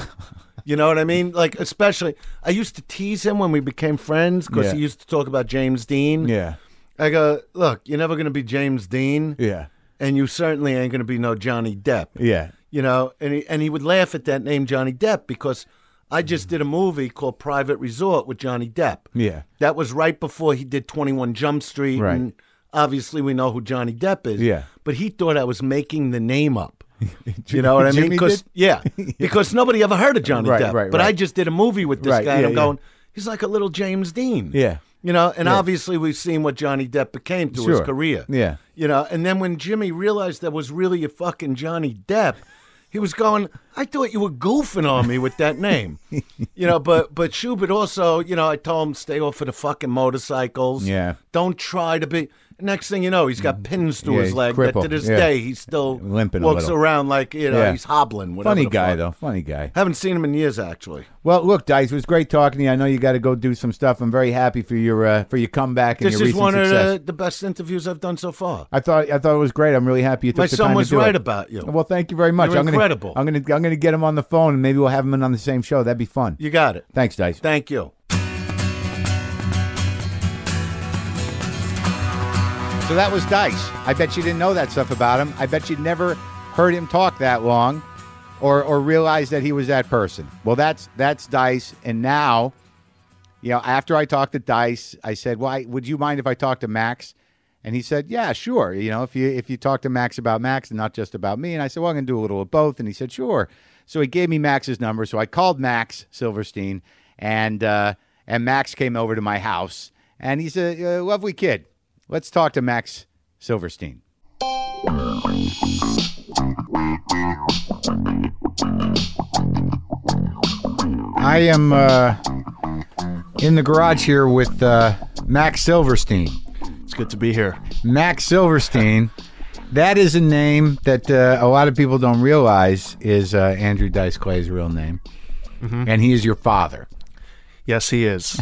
You know what I mean? Like, especially, I used to tease him when we became friends because Yeah. he used to talk about James Dean. a- yeah, I go, look, you're never going to be James Dean, yeah, and you certainly ain't going to be no Johnny Depp. yeah. You know, and he, and he would laugh at that name, Johnny Depp, because I just did a movie called Private Resort with Johnny Depp. Yeah. That was right before he did 21 Jump Street. Right. And obviously, we know who Johnny Depp is. Yeah. But he thought I was making the name up. You know what I mean? Jimmy Because did? yeah, because nobody ever heard of Johnny Right, Depp. right, but I right. just did a movie with this Right, guy, and yeah, I'm yeah. going, he's like a little James Dean. Yeah. You know, and obviously we've seen what Johnny Depp became to his Sure. career. Yeah. You know, and then when Jimmy realized there was really a fucking Johnny Depp, he was going, I thought you were goofing on me with that name. you know, but but Schubert also, you know, I told him stay off of the fucking motorcycles. Yeah. Mm. Don't try to be next thing you know, he's got pins through Yeah, his he's leg that to crippled. this Yeah. day he's still Limping a walks little. around like you know, Yeah. he's hobbling, whatever. Funny the guy fuck. though. Funny guy. Haven't seen him in years actually. Well, look, Dice, it was great talking to you. I know you got to go do some stuff. I'm very happy for your uh, for your comeback and This your is recent one success. of the, the best interviews I've done so far. I thought I thought it was great. I'm really happy you took My the son time was to do right it. about you. Well, thank you very much. You're I'm gonna, incredible. I'm gonna I'm gonna get him on the phone and maybe we'll have him in on the same show. That'd be fun. You got it. Thanks, Dice. Thank you. So that was Dice. I bet you didn't know that stuff about him. I bet you never heard him talk that long or or realized that he was that person. Well, that's that's Dice and now you know, after I talked to Dice, I said, "Why would you mind if I talked to Max?" And he said, "Yeah, sure. You know, if you if you talk to Max about Max and not just about me." And I said, "Well, I'm going to do a little of both." And he said, "Sure." So he gave me Max's number. So I called Max Silverstein, and uh, and Max came over to my house, and he's a, a lovely kid. Let's talk to Max Silverstein. I am uh, in the garage here with uh, Max Silverstein. It's good to be here. Max Silverstein. That is a name that uh, a lot of people don't realize is uh, Andrew Dice Clay's real name, and he is your father. Yes, he is.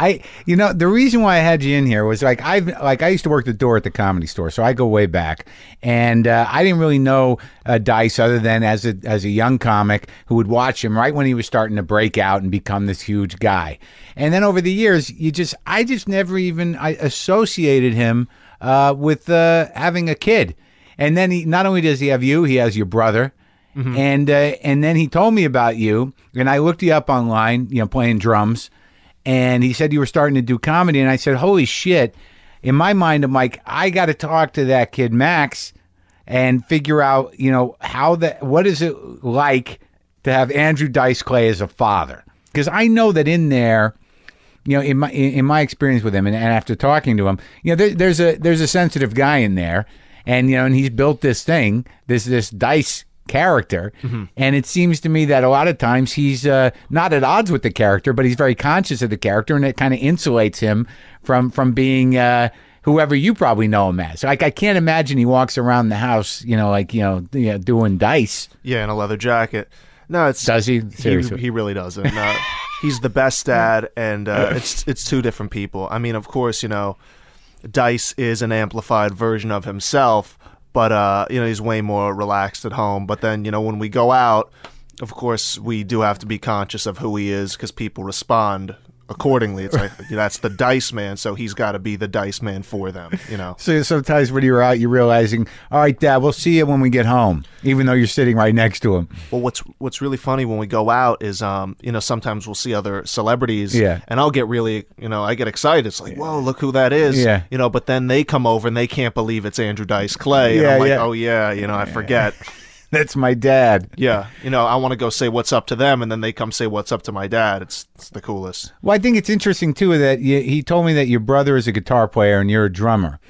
I, you know, the reason why I had you in here was like I've like I used to work the door at the comedy store, so I go way back, and uh, I didn't really know uh, Dice other than as a as a young comic who would watch him right when he was starting to break out and become this huge guy, and then over the years, you just I just never even I associated him uh, with uh, having a kid, and then he not only does he have you, he has your brother. And uh, and then he told me about you, and I looked you up online, you know, playing drums, and he said you were starting to do comedy and i said holy shit in my mind i'm like i got to talk to that kid max and figure out you know how that what is it like to have andrew dice clay as a father because i know that in there you know, in my in in my experience with him, and, and after talking to him, you know, there, there's a there's a sensitive guy in there, and you know, and he's built this thing, this this dice character, and it seems to me that a lot of times he's uh, not at odds with the character, but he's very conscious of the character, and it kind of insulates him from from being. Uh, Whoever you probably know him as, like I can't imagine he walks around the house, you know, like you know, you know doing dice. yeah, in a leather jacket. No, it's Does he? He, Seriously. he really doesn't. No, he's the best dad, and uh, it's it's two different people. I mean, of course, you know, Dice is an amplified version of himself, but uh, you know, he's way more relaxed at home. But then, you know, when we go out, of course, we do have to be conscious of who he is because people respond accordingly. It's like that's the Dice man, so he's got to be the Dice man for them. You know. So sometimes when you're out, you're realizing, all right, Dad, we'll see you when we get home, even though you're sitting right next to him. Well, what's what's really funny when we go out is, um, you know, sometimes we'll see other celebrities, Yeah. and I'll get really, you know, I get excited. It's like, whoa, look who that is, Yeah. you know. But then they come over and they can't believe it's Andrew Dice Clay, and Yeah, I'm like, yeah. oh yeah, you know, I forget, That's my dad. yeah, you know, I want to go say what's up to them, and then they come say what's up to my dad. It's it's the coolest. Well, I think it's interesting too that you, he told me that your brother is a guitar player and you're a drummer.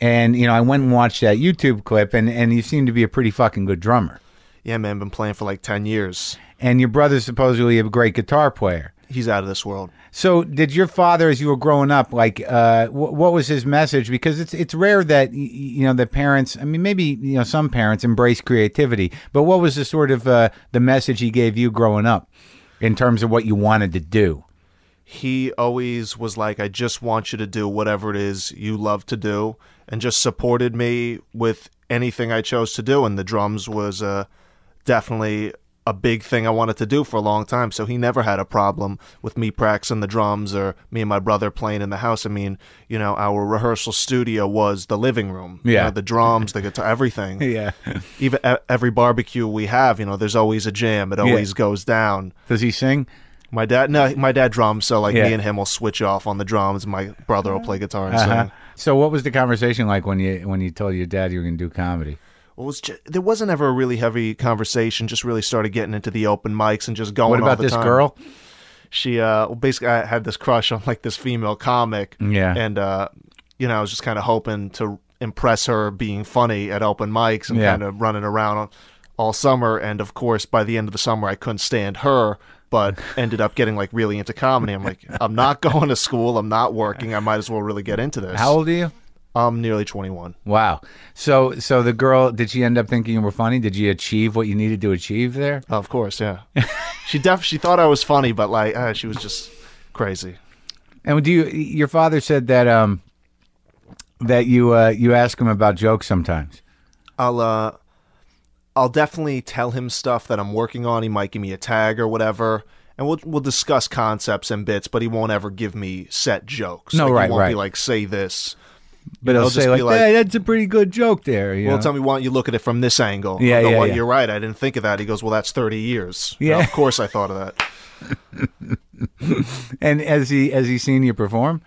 And you know, I went and watched that YouTube clip, and and you seem to be a pretty fucking good drummer. Yeah, man, been playing for like ten years. And your brother's supposedly a great guitar player. He's out of this world. So, did your father, as you were growing up, like uh, wh- what was his message? Because it's it's rare that y- y- you know the parents. I mean, maybe you know some parents embrace creativity, but what was the sort of uh, the message he gave you growing up? in terms of what you wanted to do. he always was like, I just want you to do whatever it is you love to do, and just supported me with anything I chose to do. And the drums was uh, definitely a big thing I wanted to do for a long time. So he never had a problem with me practicing the drums or me and my brother playing in the house. I mean, you know, our rehearsal studio was the living room. You Yeah. know, the drums, the guitar, everything. Yeah. Even e- every barbecue we have, you know, there's always a jam. It always goes down. Does he sing? My dad, no, my dad drums, so like Yeah. me and him will switch off on the drums. My brother will play guitar and Uh-huh. sing. So what was the conversation like when you when you told your dad you were going to do comedy? Well, it was ju- there wasn't ever a really heavy conversation. Just really started getting into the open mics and just going. What all about the this time. girl? She, uh, well, basically, I had this crush on like this female comic. Yeah. and uh, you know, I was just kind of hoping to impress her being funny at open mics and Yeah. kind of running around on, all summer. And of course, by the end of the summer, I couldn't stand her, but ended up getting like really into comedy. I'm like, I'm not going to school. I'm not working. I might as well really get into this. How old are you? I'm nearly 21. Wow. So so the girl did she end up thinking you were funny? Did you achieve what you needed to achieve there? Of course, yeah. she def she thought I was funny, but like uh, she was just crazy. And do you your father said that um that you uh you ask him about jokes sometimes. I'll uh I'll definitely tell him stuff that I'm working on. He might give me a tag or whatever. And we'll we'll discuss concepts and bits, but he won't ever give me set jokes. No, like, right, He won't be right. like, say this. But know, he'll they'll just say like, be like- "Hey, that's a pretty good joke there." You Well, know? tell me, why don't you look at it from this angle? Yeah, I go, yeah, well, yeah. You're right. I didn't think of that. He goes, well, that's 30 years. Yeah. Now, of course I thought of that. and as he as he seen you perform?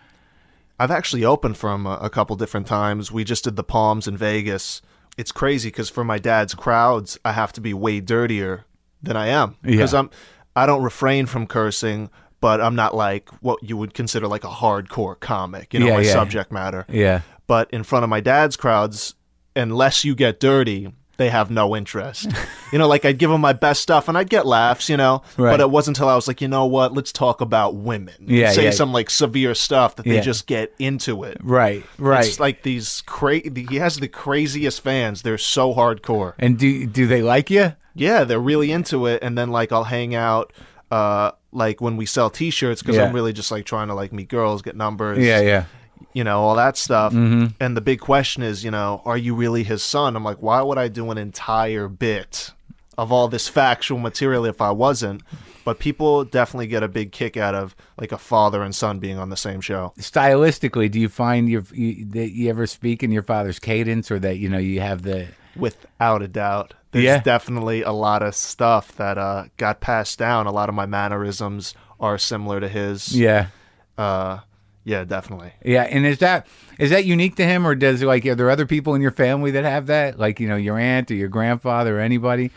I've actually opened for him a, a couple different times. We just did the Palms in Vegas. It's crazy because for my dad's crowds, I have to be way dirtier than I am because Yeah. I'm I don't refrain from cursing, but I'm not like what you would consider like a hardcore comic. You know, Yeah, my yeah. subject matter. Yeah. but in front of my dad's crowds, unless you get dirty, they have no interest. you know, like I'd give them my best stuff and I'd get laughs, you know, Right. but it wasn't until I was like, you know what, let's talk about women. and Yeah, say yeah. some like severe stuff that Yeah. they just get into it. Right. Right. It's like these crazy, he has the craziest fans. They're so hardcore. and do do they like you? Yeah, they're really into it. And then like I'll hang out. Uh, like when we sell T-shirts, because Yeah. I'm really just like trying to like meet girls, get numbers, Yeah, yeah. you know, all that stuff. Mm-hmm. And the big question is, you know, are you really his son? I'm like, why would I do an entire bit of all this factual material if I wasn't? But people definitely get a big kick out of like a father and son being on the same show. Stylistically, do you find your you, that you ever speak in your father's cadence, or that you know you have the Without a doubt. There's Yeah. definitely a lot of stuff that uh, got passed down. A lot of my mannerisms are similar to his. yeah Uh, yeah, definitely. yeah? And is that is that unique to him, or does like are there other people in your family that have that, like you know your aunt or your grandfather or anybody?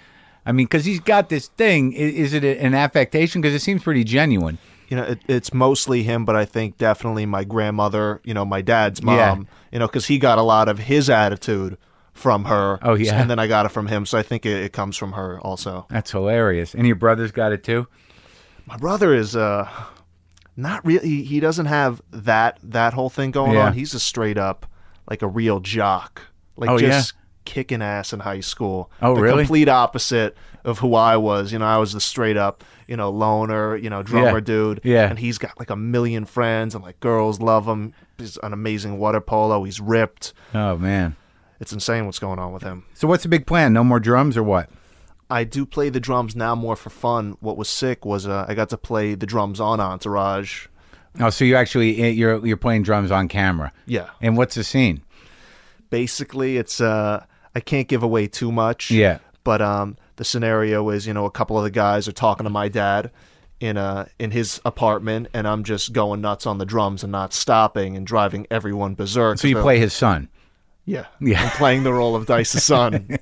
I mean, because he's got this thing. I- Is, it a- an affectation? Because it seems pretty genuine. you know, it, it's mostly him, but I think definitely my grandmother, you know, my dad's mom, Yeah. you know, because he got a lot of his attitude from her. Oh, yeah. And then I got it from him. So I think it, it comes from her also. That's hilarious. And your brother's got it too. My brother is uh, not really, he, he doesn't have that, that whole thing going Yeah. on. He's a straight up, like a real jock. Like Oh, yeah. just kicking ass in high school. Oh, the really? complete opposite of who I was. You know, I was the straight up, you know, loner, you know, drummer dude. Yeah. And he's got like a million friends and like girls love him. He's an amazing water polo. He's ripped. Oh man. It's insane what's going on with him. So what's the big plan? No more drums or what? I do play the drums now more for fun. What was sick was uh, I got to play the drums on Entourage. Oh, so you actually you're you're playing drums on camera. Yeah. And what's the scene? Basically, it's uh, I can't give away too much. Yeah. But um, the scenario is, you know, a couple of the guys are talking to my dad in uh in his apartment, and I'm just going nuts on the drums and not stopping and driving everyone berserk. So you play his son. yeah, Yeah. I'm playing the role of Dice's son,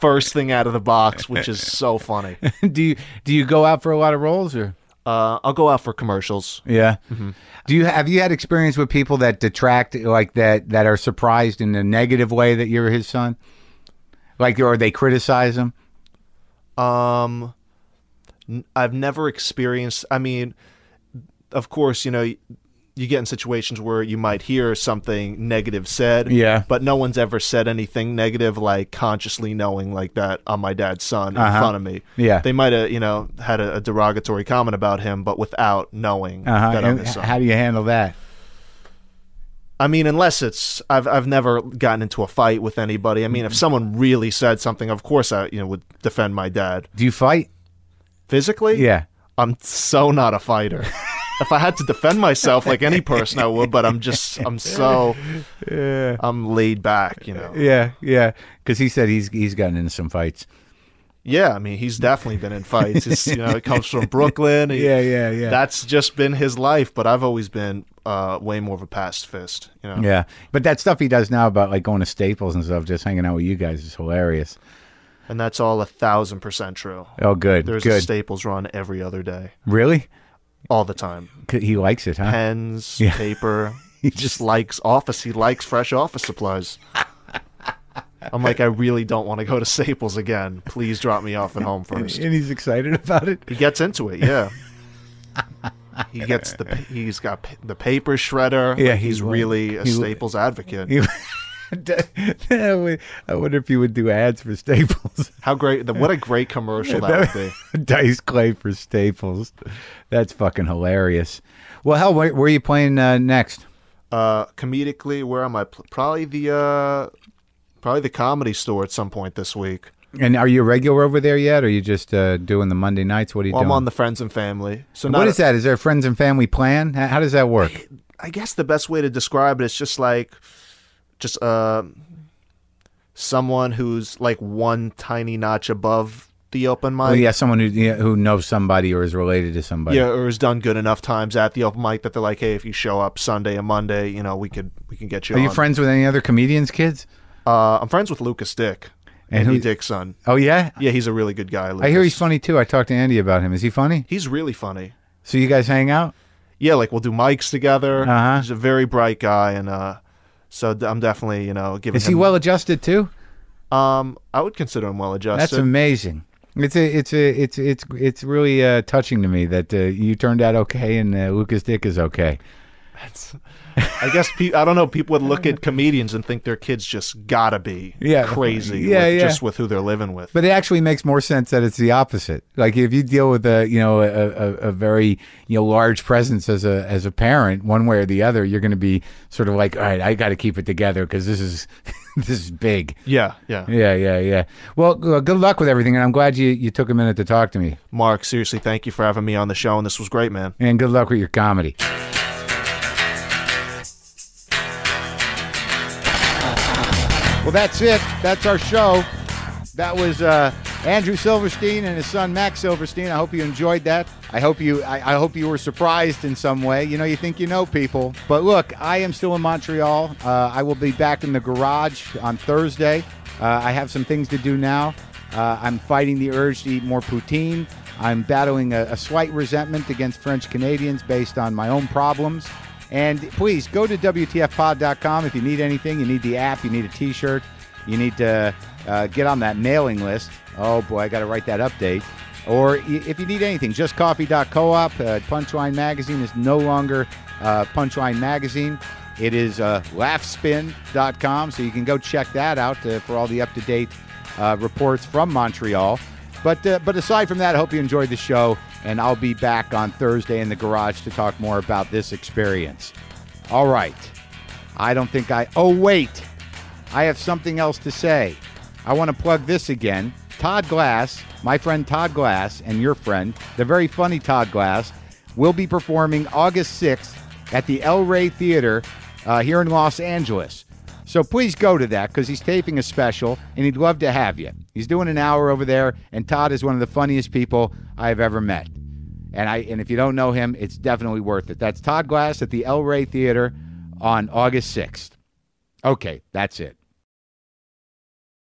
first thing out of the box, which is so funny. do you do you go out for a lot of roles or Uh, I'll go out for commercials. yeah Mm-hmm. do you have you had experience with people that detract like that that are surprised in a negative way that you're his son like or they criticize him Um, n- I've never experienced. I mean, of course, you know, you get in situations where you might hear something negative said. Yeah. But no one's ever said anything negative, like consciously knowing like that on my dad's son in front of me. Uh-huh. Yeah. They might have, you know, had a, a derogatory comment about him, but without knowing Uh-huh. that I'm And his h- son. how do you handle that? I mean, unless it's I've I've never gotten into a fight with anybody. I mean, Mm-hmm. if someone really said something, of course I you know would defend my dad Do you fight? physically. Yeah. I'm so not a fighter. if I had to defend myself like any person, I would. But I'm just I'm so I'm laid back. You know. Yeah, yeah. Because he said he's he's gotten into some fights. Yeah, I mean, he's definitely been in fights. It's, you know, it comes from Brooklyn. He- Yeah, yeah, yeah. That's just been his life. But I've always been uh, way more of a pacifist. You know. Yeah, but that stuff he does now about like going to Staples and stuff, just hanging out with you guys is hilarious. And that's all a thousand percent true. Oh, good, There's a good. Staples run every other day, really? all the time. 'Cause He likes it, huh? Pens, paper. He just- just likes office. He likes fresh office supplies. I'm like, I really don't want to go to Staples again. Please drop me off at home first. And he's excited about it. He gets into it, yeah. He gets the pa- he's got pa- the paper shredder. Yeah, Like, he he's would. really a He would. Staples advocate. I wonder if you would do ads for Staples. How great! The, what a great commercial that would be. Dice Clay for Staples. That's fucking hilarious. Well, hell, where, where are you playing uh, next? uh comedically where am i pl- probably the uh probably the comedy store at some point this week And are you a regular over there yet? Or are you just uh, doing the Monday nights? What are you well, i'm doing? on the friends and family so not what is that? Is there a friends and family plan? How, how does that work? i guess the best way to describe it is just like just uh someone who's like one tiny notch above the open mic Oh, yeah, someone who yeah, who knows somebody or is related to somebody. Yeah, or has done good enough times at the open mic that they're like, hey, if you show up Sunday and Monday, you know, we could we can get you. Are you on. friends with any other comedians' kids? Uh, I'm friends with Lucas Dick, And and Andy who- Dick's son. Oh yeah, Yeah, he's a really good guy. Lucas. I hear he's funny too. I talked to Andy about him. Is he funny? He's really funny. So you guys hang out? yeah, like we'll do mics together. Uh-huh. He's a very bright guy, and uh, so d- I'm definitely you know giving Is him. he well adjusted too? Um, I would consider him well adjusted. That's amazing. It's a, it's a, it's it's it's really uh, touching to me that uh, you turned out okay and uh, Lucas Dick is okay. I guess pe- I don't know. People would look at comedians and think their kids just gotta be Yeah. crazy, Yeah, with, yeah. just with who they're living with. But it actually makes more sense that it's the opposite. Like if you deal with a you know a, a, a very you know large presence as a as a parent, one way or the other, you're going to be sort of like, all right, I got to keep it together because this is this is big. yeah, yeah, Yeah, yeah, yeah. Well, g- good luck with everything, and I'm glad you you took a minute to talk to me. Mark, seriously, thank you for having me on the show, and this was great, man. And good luck with your comedy. Well, that's it. That's our show. That was uh, Andrew Silverstein and his son Max Silverstein. I hope you enjoyed that. I hope you. I, I hope you were surprised in some way. You know, you think you know people, but look, I am still in Montreal. Uh, I will be back in the garage on Thursday. Uh, I have some things to do now. Uh, I'm fighting the urge to eat more poutine. I'm battling a, a slight resentment against French Canadians based on my own problems. And please go to WTFpod.com if you need anything. You need the app, you need a t shirt, you need to uh, get on that mailing list. Oh boy, I got to write that update. Or y- if you need anything, just coffee.coop. Uh, Punchline Magazine is no longer uh, Punchline Magazine. It is uh, laughspin.com. So you can go check that out uh, for all the up to date uh, reports from Montreal. But uh, but aside from that, I hope you enjoyed the show, and I'll be back on Thursday in the garage to talk more about this experience. All right. I don't think I. Oh wait, I have something else to say. I want to plug this again. Todd Glass, my friend Todd Glass, and your friend, the very funny Todd Glass, will be performing August 6th at the El Rey Theater uh, here in Los Angeles. So please go to that because he's taping a special and he'd love to have you. He's doing an hour over there, and Todd is one of the funniest people I've ever met. And I and if you don't know him, it's definitely worth it. That's Todd Glass at the El Rey Theater on August 6th. Okay, that's it.